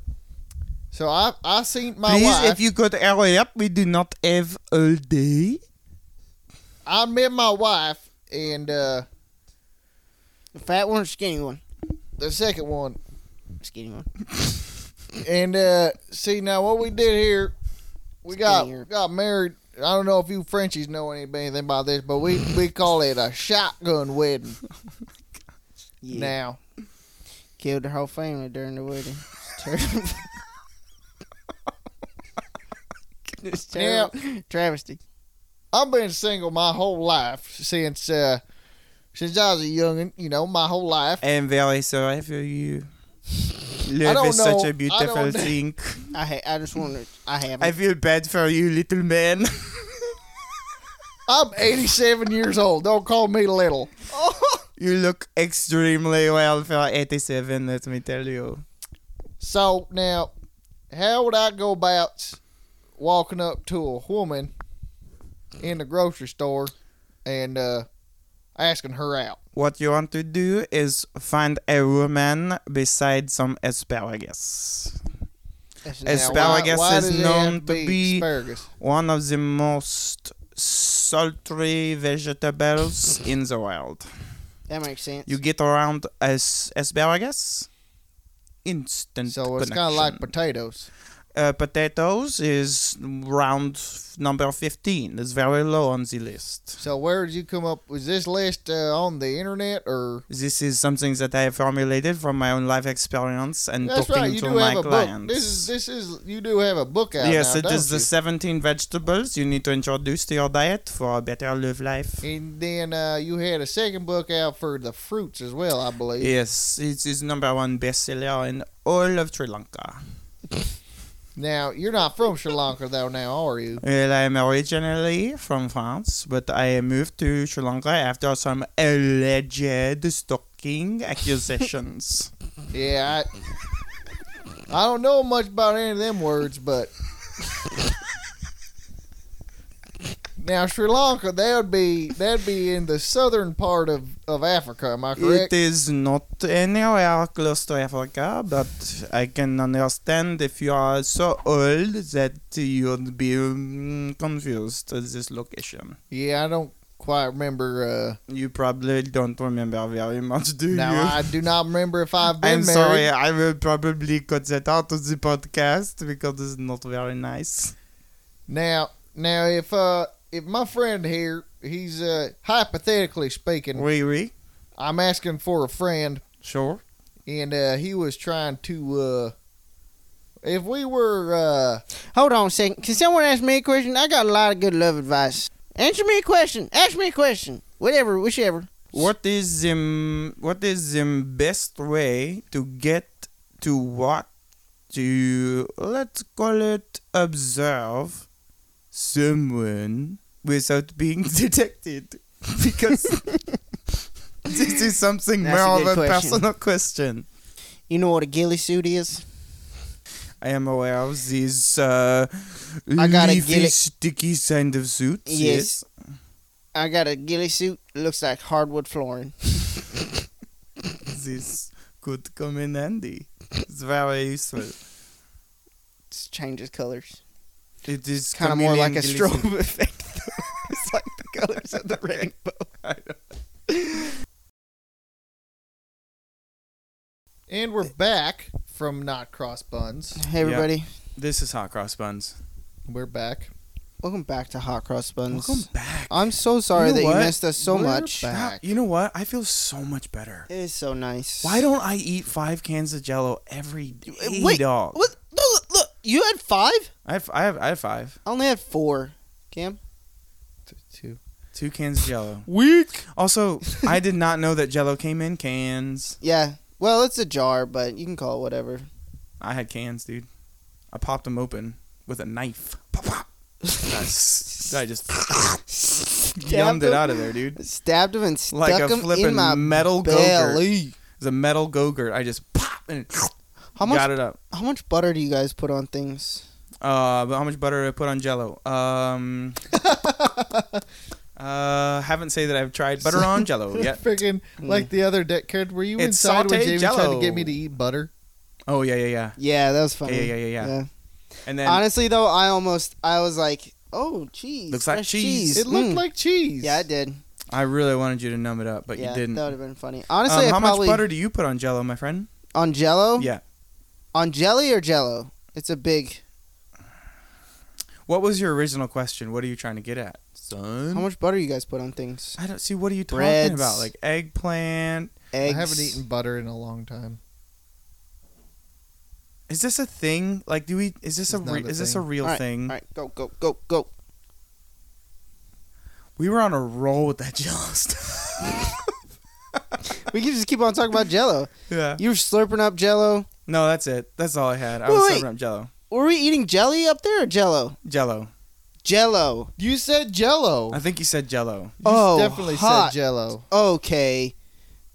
Speaker 3: So I I seen my
Speaker 1: Please,
Speaker 3: wife.
Speaker 1: if you could hurry up, we do not have all day.
Speaker 3: I met my wife and uh,
Speaker 2: The fat one, or skinny one,
Speaker 3: the second one.
Speaker 2: skinny one.
Speaker 3: And uh, see now what we did here, we got
Speaker 2: Skinnier.
Speaker 3: got married. I don't know if you Frenchies know any- anything about this, but we we call it a shotgun wedding
Speaker 2: Yeah,
Speaker 3: now.
Speaker 2: killed the whole family during the wedding. It's terrible. It's terrible. Travesty.
Speaker 3: I've been single my whole life since uh, since I was a youngin. You know, my whole life.
Speaker 1: I am very sorry for you. Love
Speaker 3: don't
Speaker 1: is such
Speaker 3: know. I
Speaker 1: a beautiful
Speaker 3: don't-
Speaker 1: thing.
Speaker 2: I ha- I just wanted. I haven't.
Speaker 1: I feel bad for you, little man.
Speaker 3: I'm 87 years old. Don't call me little.
Speaker 1: you look extremely well for 87, let me tell you.
Speaker 3: So now, how would I go about walking up to a woman in the grocery store and uh, asking her out?
Speaker 1: What you want to do is find a woman beside some asparagus.
Speaker 2: That's
Speaker 1: As-
Speaker 2: now-
Speaker 1: Asparagus is
Speaker 3: does it
Speaker 1: known
Speaker 3: have
Speaker 1: to be-
Speaker 3: asparagus.
Speaker 1: One of the most sultry vegetables in the world.
Speaker 2: that makes sense.
Speaker 1: You get around as asparagus. Instant.
Speaker 3: So it's kind
Speaker 1: connection.
Speaker 3: of like potatoes.
Speaker 4: Uh, potatoes is round f- number 15. It's very low on the list.
Speaker 3: So where did you come up? Was this list uh, on the internet or?
Speaker 4: This is something that I have formulated from my own life experience and
Speaker 3: That's
Speaker 4: talking
Speaker 3: right. You
Speaker 4: to
Speaker 3: do
Speaker 4: my
Speaker 3: have a book.
Speaker 4: clients.
Speaker 3: This is this is you do have a book out.
Speaker 4: yes,
Speaker 3: now,
Speaker 4: it is
Speaker 3: don't
Speaker 4: the 17 vegetables you need to introduce to your diet for a better live life.
Speaker 3: you? And then uh, you had a second book out for the fruits as well, I believe.
Speaker 4: Yes, it is number one bestseller in all of Sri Lanka.
Speaker 3: Now you're not from Sri Lanka though, now are you?
Speaker 4: Well, I am originally from France, but I moved to Sri Lanka after some alleged stalking accusations.
Speaker 3: Yeah. I, I don't know much about any of them words, but now Sri Lanka, that would be that'd be in the southern part of of Africa. Am I
Speaker 4: it
Speaker 3: correct?
Speaker 4: is not anywhere close to Africa, but I can understand if you are so old that you'd be mm, confused at this location.
Speaker 3: Yeah, I don't quite remember. uh
Speaker 4: You probably don't remember very much, do
Speaker 3: Now
Speaker 4: you?
Speaker 3: I do not remember if I've been
Speaker 4: I'm
Speaker 3: married.
Speaker 4: sorry, I will probably cut that out of the podcast because it's not very nice.
Speaker 3: Now, now if uh if my friend here, he's uh hypothetically speaking,
Speaker 4: Oui, oui,
Speaker 3: I'm asking for a friend
Speaker 4: sure.
Speaker 3: and uh he was trying to uh if we were uh
Speaker 2: Hold on a second. Can someone ask me a question? I got a lot of good love advice. Answer me a question. Ask me a question. Whatever, whichever.
Speaker 4: What is the um, what is the best way to get to what to let's call it observe someone without being detected? Because this is something
Speaker 2: That's a
Speaker 4: more of
Speaker 2: good
Speaker 4: a
Speaker 2: question.
Speaker 4: personal question.
Speaker 2: You know what a ghillie suit is?
Speaker 4: I am aware of these uh,
Speaker 2: I gotta
Speaker 4: leafy,
Speaker 2: get it.
Speaker 4: sticky kind of suits.
Speaker 2: Yes. I got a ghillie suit. It looks like hardwood flooring.
Speaker 4: yes, this could come in handy. It's very useful.
Speaker 2: It changes colors.
Speaker 4: It is
Speaker 2: Kind of more like a
Speaker 4: chameleon glisten.
Speaker 2: strobe effect. it's like the colors of the rainbow.
Speaker 3: and we're back from not cross buns.
Speaker 2: Hey, everybody.
Speaker 1: This is Hot Cross Buns.
Speaker 3: We're back.
Speaker 2: Welcome back to Hot Cross Buns.
Speaker 1: Welcome back.
Speaker 2: I'm so sorry
Speaker 1: You know
Speaker 2: that
Speaker 1: what?
Speaker 2: you missed us so
Speaker 3: We're
Speaker 2: much.
Speaker 3: back.
Speaker 1: Now- you know what? I feel so much better.
Speaker 2: It is so nice.
Speaker 1: Why don't I eat five cans of Jello every day,
Speaker 2: Wait,
Speaker 1: dog?
Speaker 2: What? No, look, look, you had five?
Speaker 1: I have, I have, I have five,
Speaker 2: I only had four. Cam?
Speaker 1: two cans of Jello. Weak. Also, I did not know that Jello came in cans.
Speaker 2: Yeah. Well, it's a jar, but you can call it whatever.
Speaker 1: I had cans, dude. I popped them open with a knife. Pop, pop. I s- I just yummed it
Speaker 2: him.
Speaker 1: out of there, dude.
Speaker 2: Stabbed him and stuck
Speaker 1: Like a
Speaker 2: him in
Speaker 1: flippin'
Speaker 2: my
Speaker 1: metal go-gurt.
Speaker 2: belly.
Speaker 1: It's a metal go-gurt. I just pop and
Speaker 2: How much?
Speaker 1: got it up.
Speaker 2: How much butter do you guys put on things?
Speaker 1: Uh, but how much butter do I put on Jello? Um, uh, haven't say that I've tried butter on Jello yet.
Speaker 3: Freaking
Speaker 2: Mm.
Speaker 3: like the other deck kid, were you
Speaker 1: It's
Speaker 3: inside when
Speaker 1: sauteed
Speaker 3: Jamie tried to
Speaker 1: jello.
Speaker 3: get me to eat butter?
Speaker 1: Oh yeah, yeah, yeah.
Speaker 2: Yeah, that was funny.
Speaker 1: Yeah, yeah, yeah, yeah. And then
Speaker 2: Honestly, though, I almost I was like, oh, cheese.
Speaker 1: Looks like
Speaker 2: fresh
Speaker 1: cheese.
Speaker 3: It looked
Speaker 2: Mm.
Speaker 3: like cheese.
Speaker 2: Yeah, it did.
Speaker 1: I really wanted you to numb it up, but
Speaker 2: yeah,
Speaker 1: you didn't.
Speaker 2: That would have been funny.
Speaker 1: um,
Speaker 2: Honestly, I
Speaker 1: how
Speaker 2: probably
Speaker 1: much butter do you put on Jello, my friend?
Speaker 2: on Jello.
Speaker 1: Yeah.
Speaker 2: On jelly or Jello? It's a big.
Speaker 1: What was your original question? What are you trying to get at, son?
Speaker 2: How much butter you guys put on things?
Speaker 1: I don't see. What are you talking
Speaker 2: Breads.
Speaker 1: about? Like eggplant?
Speaker 2: Eggs.
Speaker 3: I haven't eaten butter in a long time.
Speaker 1: Is this a thing? Like, do we? Is this
Speaker 3: It's
Speaker 1: a,
Speaker 3: not
Speaker 1: re-
Speaker 3: a
Speaker 1: is this a
Speaker 3: thing.
Speaker 1: real
Speaker 2: All right,
Speaker 1: thing?
Speaker 2: All right, go, go, go, go.
Speaker 1: We were on a roll with that Jello stuff.
Speaker 2: We can just keep on talking about Jello.
Speaker 1: yeah.
Speaker 2: You were slurping up Jello.
Speaker 1: No, that's it. That's all I had. I
Speaker 2: Wait,
Speaker 1: was
Speaker 2: wait.
Speaker 1: serving up Jello.
Speaker 2: Were we eating jelly up there or Jello?
Speaker 1: Jello.
Speaker 2: Jello.
Speaker 3: You said jello.
Speaker 1: I think you said Jello.
Speaker 3: You
Speaker 2: Oh,
Speaker 3: definitely
Speaker 2: hot.
Speaker 3: said jello.
Speaker 2: Okay,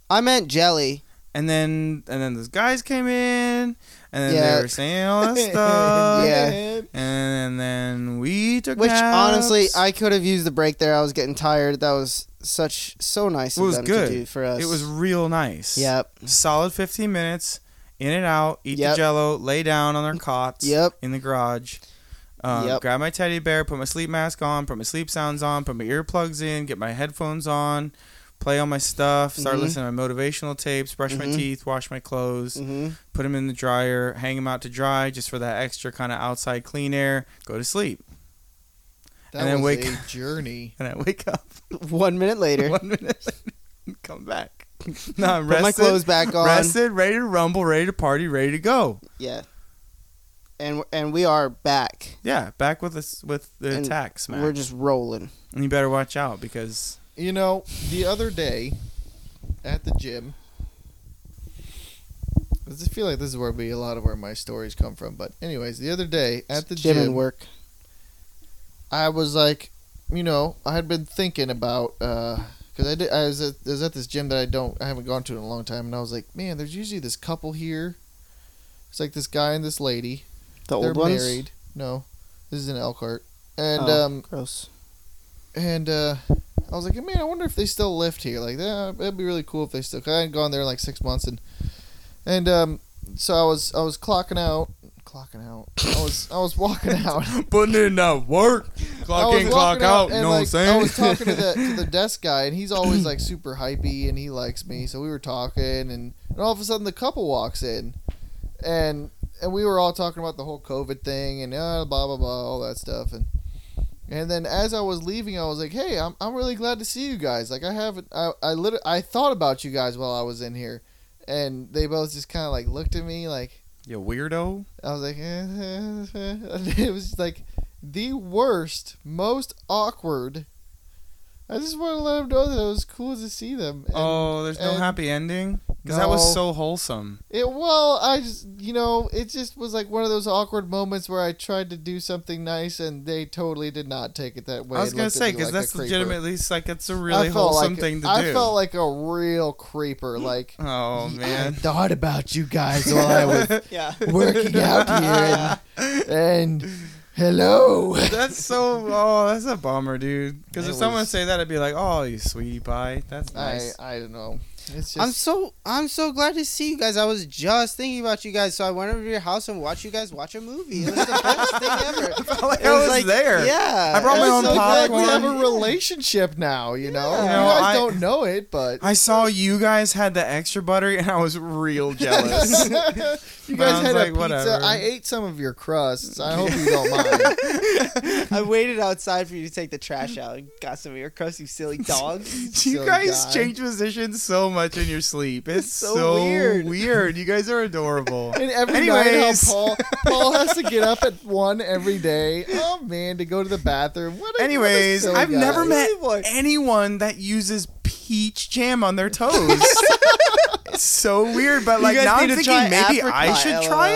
Speaker 2: I meant jelly.
Speaker 1: And then and then those guys came in, and then
Speaker 2: Yeah.
Speaker 1: they were saying all this stuff.
Speaker 2: Yeah.
Speaker 1: And then we took
Speaker 2: Which
Speaker 1: naps.
Speaker 2: honestly, I could have used the break there. I was getting tired. That was such so nice
Speaker 1: It
Speaker 2: of
Speaker 1: was
Speaker 2: them
Speaker 1: good.
Speaker 2: to do for us.
Speaker 1: It was real nice.
Speaker 2: Yep.
Speaker 1: Solid 15 minutes, in and out, eat
Speaker 2: Yep.
Speaker 1: the jello, lay down on their cots
Speaker 2: Yep.
Speaker 1: in the garage. Um,
Speaker 2: Yep.
Speaker 1: Grab my teddy bear, put my sleep mask on, put my sleep sounds on, put my earplugs in, get my headphones on, play all my stuff, start
Speaker 2: Mhm.
Speaker 1: listening to my motivational tapes, brush my
Speaker 2: Mhm.
Speaker 1: teeth, wash my clothes,
Speaker 2: Mm-hmm.
Speaker 1: put them in the dryer, hang them out to dry just for that extra kind of outside clean air, go to sleep.
Speaker 3: That
Speaker 1: And then
Speaker 3: was
Speaker 1: wake-
Speaker 3: a journey.
Speaker 1: And I wake up
Speaker 2: One minute later,
Speaker 1: one minute later and come back. No, I'm
Speaker 2: put
Speaker 1: rested,
Speaker 2: my clothes back on.
Speaker 1: rested, ready to rumble, ready to party, ready to go.
Speaker 2: Yeah, and and we are back.
Speaker 1: Yeah, back with us with the
Speaker 2: And
Speaker 1: attacks, man.
Speaker 2: We're just rolling.
Speaker 1: and you better watch out because
Speaker 3: You know, the other day at the gym, I just feel like this is where we, a lot of where my stories come from. But anyways, the other day at the
Speaker 2: gym,
Speaker 3: gym,
Speaker 2: and work.
Speaker 3: I was like, you know, I had been thinking about because I did. I was, at, I was at this gym that I don't, I haven't gone to in a long time, and I was like, man, there's usually this couple here. It's like this guy and this lady.
Speaker 2: The
Speaker 3: They're
Speaker 2: old ones.
Speaker 3: married. No, this is in Elkhart, and
Speaker 2: Oh,
Speaker 3: um,
Speaker 2: gross.
Speaker 3: and uh, I was like, man, I wonder if they still lived here. Like, that that'd be really cool if they still. 'cause I hadn't gone there in like six months, and and um, so I was I was clocking out, clocking out. I was I was walking out.
Speaker 1: putting in that work,
Speaker 3: I
Speaker 1: clock
Speaker 3: was
Speaker 1: in, clock
Speaker 3: walking
Speaker 1: out. You
Speaker 3: and,
Speaker 1: know what I'm
Speaker 3: like, I
Speaker 1: saying?
Speaker 3: was talking to the, to the desk guy, and he's always like super hypey, and he likes me. So we were talking, and, and all of a sudden the couple walks in, and and we were all talking about the whole COVID thing, and uh, blah blah blah, all that stuff, and and then as I was leaving, I was like, hey, I'm, I'm really glad to see you guys. Like I haven't, I I lit- I thought about you guys while I was in here, and they both just kind of like looked at me like.
Speaker 1: you weirdo.
Speaker 3: I was like, eh, eh, eh. it was just like the worst, most awkward. I just want to let them know that it was cool to see them. And
Speaker 1: oh, there's no
Speaker 3: and-
Speaker 1: happy ending because that was
Speaker 3: No.
Speaker 1: so wholesome.
Speaker 3: It well, I just you know, it just was like one of those awkward moments where I tried to do something nice and they totally did not take it that way.
Speaker 1: I was
Speaker 3: and
Speaker 1: gonna
Speaker 3: looked at
Speaker 1: say
Speaker 3: me
Speaker 1: because
Speaker 3: like a
Speaker 1: that's
Speaker 3: creeper.
Speaker 1: legitimately it's like it's a
Speaker 3: I
Speaker 1: really
Speaker 3: felt
Speaker 1: wholesome
Speaker 3: like-
Speaker 1: thing to do.
Speaker 3: I felt like a real creeper. Like,
Speaker 1: oh
Speaker 3: I
Speaker 1: man,
Speaker 3: thought about you guys while I was
Speaker 2: Yeah.
Speaker 3: working out here, and, and hello.
Speaker 1: that's so. Oh, that's a bummer, dude. Because
Speaker 3: It
Speaker 1: if someone would
Speaker 3: was-
Speaker 1: say that, I'd be like, "Oh, you sweetie pie, that's nice."
Speaker 3: I I don't know. It's just
Speaker 2: I'm so I'm so glad to see you guys. I was just thinking about you guys, so I went over to your house and watched you guys watch a movie. It was the best thing ever. It
Speaker 1: I, like I was there.
Speaker 2: Yeah,
Speaker 1: I brought my
Speaker 2: it
Speaker 1: own
Speaker 2: was so
Speaker 3: glad
Speaker 2: glad
Speaker 3: we have
Speaker 2: to-
Speaker 3: a relationship now. You know,
Speaker 1: You know,
Speaker 3: you guys
Speaker 1: I-
Speaker 3: don't know it, but
Speaker 1: I saw you guys had the extra buttery, and I was real jealous.
Speaker 3: you
Speaker 1: But I
Speaker 3: guys
Speaker 1: was
Speaker 3: had
Speaker 1: like,
Speaker 3: a pizza.
Speaker 1: whatever.
Speaker 3: I ate some of your crusts. I hope you don't mind.
Speaker 2: I waited outside for you to take the trash out and got some of your crust, you silly dogs.
Speaker 1: you
Speaker 3: So
Speaker 1: guys
Speaker 3: die.
Speaker 1: change positions so much in your sleep. It's so,
Speaker 2: so weird.
Speaker 1: weird. You guys are adorable.
Speaker 3: And every night,
Speaker 1: Anyways.
Speaker 3: how Paul Paul has to get up at one every day. Oh man, to go to the bathroom. What? A,
Speaker 1: Anyways,
Speaker 3: what a silly
Speaker 1: I've
Speaker 3: guy.
Speaker 1: never met
Speaker 2: Boy.
Speaker 1: anyone that uses peach jam on their toes. it's so weird, but like
Speaker 2: guys
Speaker 1: now
Speaker 2: need
Speaker 1: I'm
Speaker 2: to
Speaker 1: thinking
Speaker 2: try
Speaker 1: maybe I
Speaker 2: apricot,
Speaker 1: should
Speaker 2: LOL.
Speaker 1: try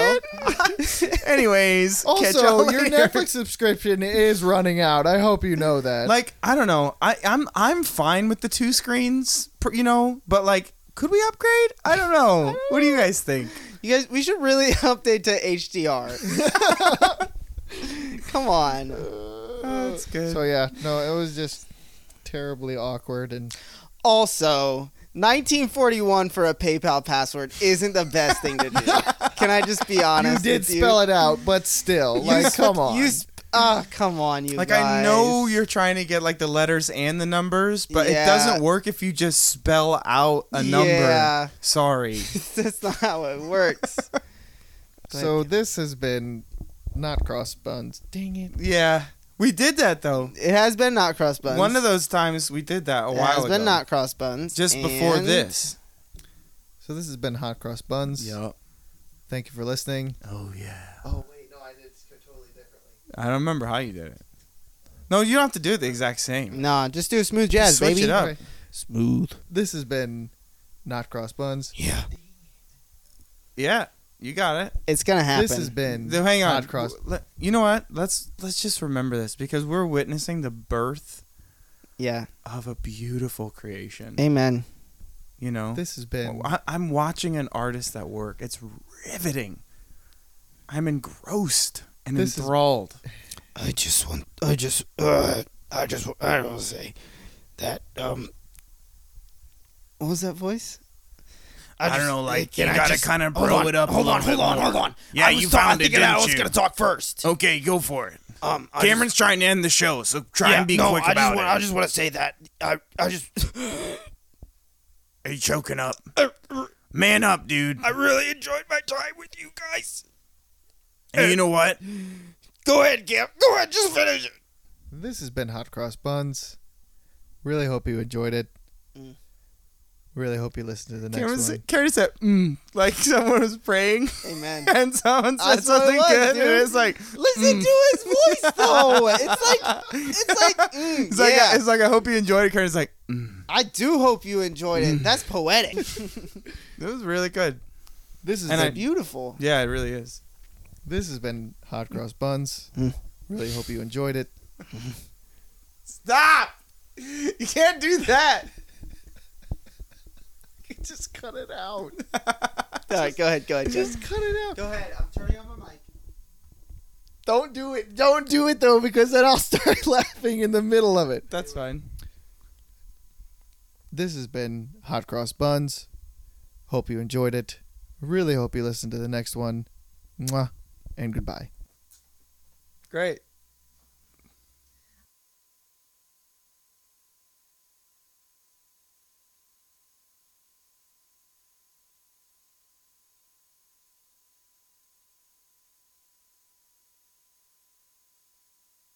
Speaker 1: it. Anyways, catch y'all
Speaker 3: Also, your
Speaker 1: later.
Speaker 3: Netflix subscription is running out. I hope you know that.
Speaker 1: like I don't know. I I'm I'm fine with the two screens, pr- you know, but like could we upgrade? I don't know. what do you guys think?
Speaker 2: You guys, we should really update to HDR. Come on.
Speaker 1: Oh, that's good.
Speaker 3: so yeah, no, it was just terribly awkward and
Speaker 2: Also, 1941 for a PayPal password isn't the best thing to do. Can I just be honest?
Speaker 3: you did
Speaker 2: with you?
Speaker 3: spell it out, but still, like, come on.
Speaker 2: You sp- ah, come on, you
Speaker 1: like I
Speaker 2: guys.
Speaker 1: know you're trying to get like the letters and the numbers, but it
Speaker 2: Yeah.
Speaker 1: doesn't work if you just spell out a number.
Speaker 2: Yeah,
Speaker 1: Sorry.
Speaker 2: that's not how it works.
Speaker 3: so this has been not cross buns. Dang it!
Speaker 1: Yeah. We did that though.
Speaker 2: It has been not crossbones.
Speaker 1: One of those times we did that a
Speaker 2: It
Speaker 1: while
Speaker 2: has
Speaker 1: ago.
Speaker 2: been not crossbones.
Speaker 1: just before
Speaker 2: and-
Speaker 1: this.
Speaker 3: So this has been hot cross buns. Thank you for listening.
Speaker 1: Oh yeah.
Speaker 3: Oh wait, no, I did totally differently.
Speaker 1: I don't remember how you did it. No, you don't have to do it the exact same.
Speaker 2: Nah, just do a smooth jazz,
Speaker 1: Switch
Speaker 2: baby.
Speaker 1: it up.
Speaker 3: Okay.
Speaker 5: Smooth.
Speaker 3: This has been not cross buns.
Speaker 5: Yeah.
Speaker 1: Yeah. You got it.
Speaker 2: It's gonna happen.
Speaker 3: This has been
Speaker 1: Then hang on.
Speaker 3: hot cross.
Speaker 1: Let- You know what? Let's let's just remember this because we're witnessing the birth
Speaker 2: yeah.
Speaker 1: of a beautiful creation.
Speaker 2: Amen.
Speaker 1: You know.
Speaker 3: This has been
Speaker 1: I, I'm watching an artist at work. It's riveting. I'm engrossed and
Speaker 3: This is-
Speaker 1: enthralled.
Speaker 5: I just want. I just. Uh, I just. wa- I want to say that. Um.
Speaker 2: What was that voice?
Speaker 5: I,
Speaker 4: don't
Speaker 5: just-
Speaker 4: know, like,
Speaker 5: can
Speaker 4: you
Speaker 5: I
Speaker 4: gotta
Speaker 5: just-
Speaker 4: kinda
Speaker 5: hold
Speaker 4: bro
Speaker 5: on,
Speaker 4: it up a
Speaker 5: Hold on,
Speaker 4: little
Speaker 5: hold
Speaker 4: bit
Speaker 5: on,
Speaker 4: more.
Speaker 5: hold on.
Speaker 4: Yeah,
Speaker 5: I was
Speaker 4: you
Speaker 5: thought-
Speaker 4: found it,
Speaker 5: thinking I
Speaker 4: didn't
Speaker 5: was
Speaker 4: you?
Speaker 5: gonna talk first.
Speaker 4: Okay, go for it.
Speaker 5: Um, I
Speaker 4: Cameron's trying to end the show, so try
Speaker 5: just, yeah,
Speaker 4: and be
Speaker 5: no,
Speaker 4: quick
Speaker 5: I just
Speaker 4: about
Speaker 5: wanna-
Speaker 4: it.
Speaker 5: I just want to say that. I. I just.
Speaker 4: Are you choking up? Man up, dude.
Speaker 5: I really enjoyed my time with you guys.
Speaker 4: And you know what?
Speaker 5: Go ahead, Gimp. Go ahead, just finish it.
Speaker 3: This has been Hot Cross Buns. Really hope you enjoyed it.
Speaker 2: Mm.
Speaker 3: Really hope you listen to the next
Speaker 1: Cameron
Speaker 3: one.
Speaker 1: said, Cameron said mm, like someone was praying
Speaker 2: Amen.
Speaker 1: and someone said
Speaker 2: That's what it
Speaker 1: something
Speaker 2: was,
Speaker 1: good
Speaker 2: dude.
Speaker 1: and it's like
Speaker 2: Listen to his voice though. It's like it's like, mm,
Speaker 1: it's like
Speaker 2: yeah.
Speaker 1: I, it's like I hope you enjoyed it. Cameron's like
Speaker 2: I do hope you enjoyed it. That's poetic.
Speaker 1: it was really good.
Speaker 3: This has
Speaker 1: And
Speaker 3: been,
Speaker 1: I-
Speaker 2: Beautiful.
Speaker 1: Yeah, it really is.
Speaker 3: this has been Hot Cross Buns. Really hope you enjoyed it.
Speaker 1: Stop! You can't do that.
Speaker 3: Just cut it out.
Speaker 2: All right, go ahead, go ahead. Jess.
Speaker 3: Just cut it out.
Speaker 2: Go ahead. I'm turning on my mic.
Speaker 3: Don't do it. Don't do it though, because then I'll start laughing in the middle of it.
Speaker 1: That's fine.
Speaker 3: This has been Hot Cross Buns. Hope you enjoyed it. Really hope you listen to the next one. Mwah. And goodbye.
Speaker 1: Great.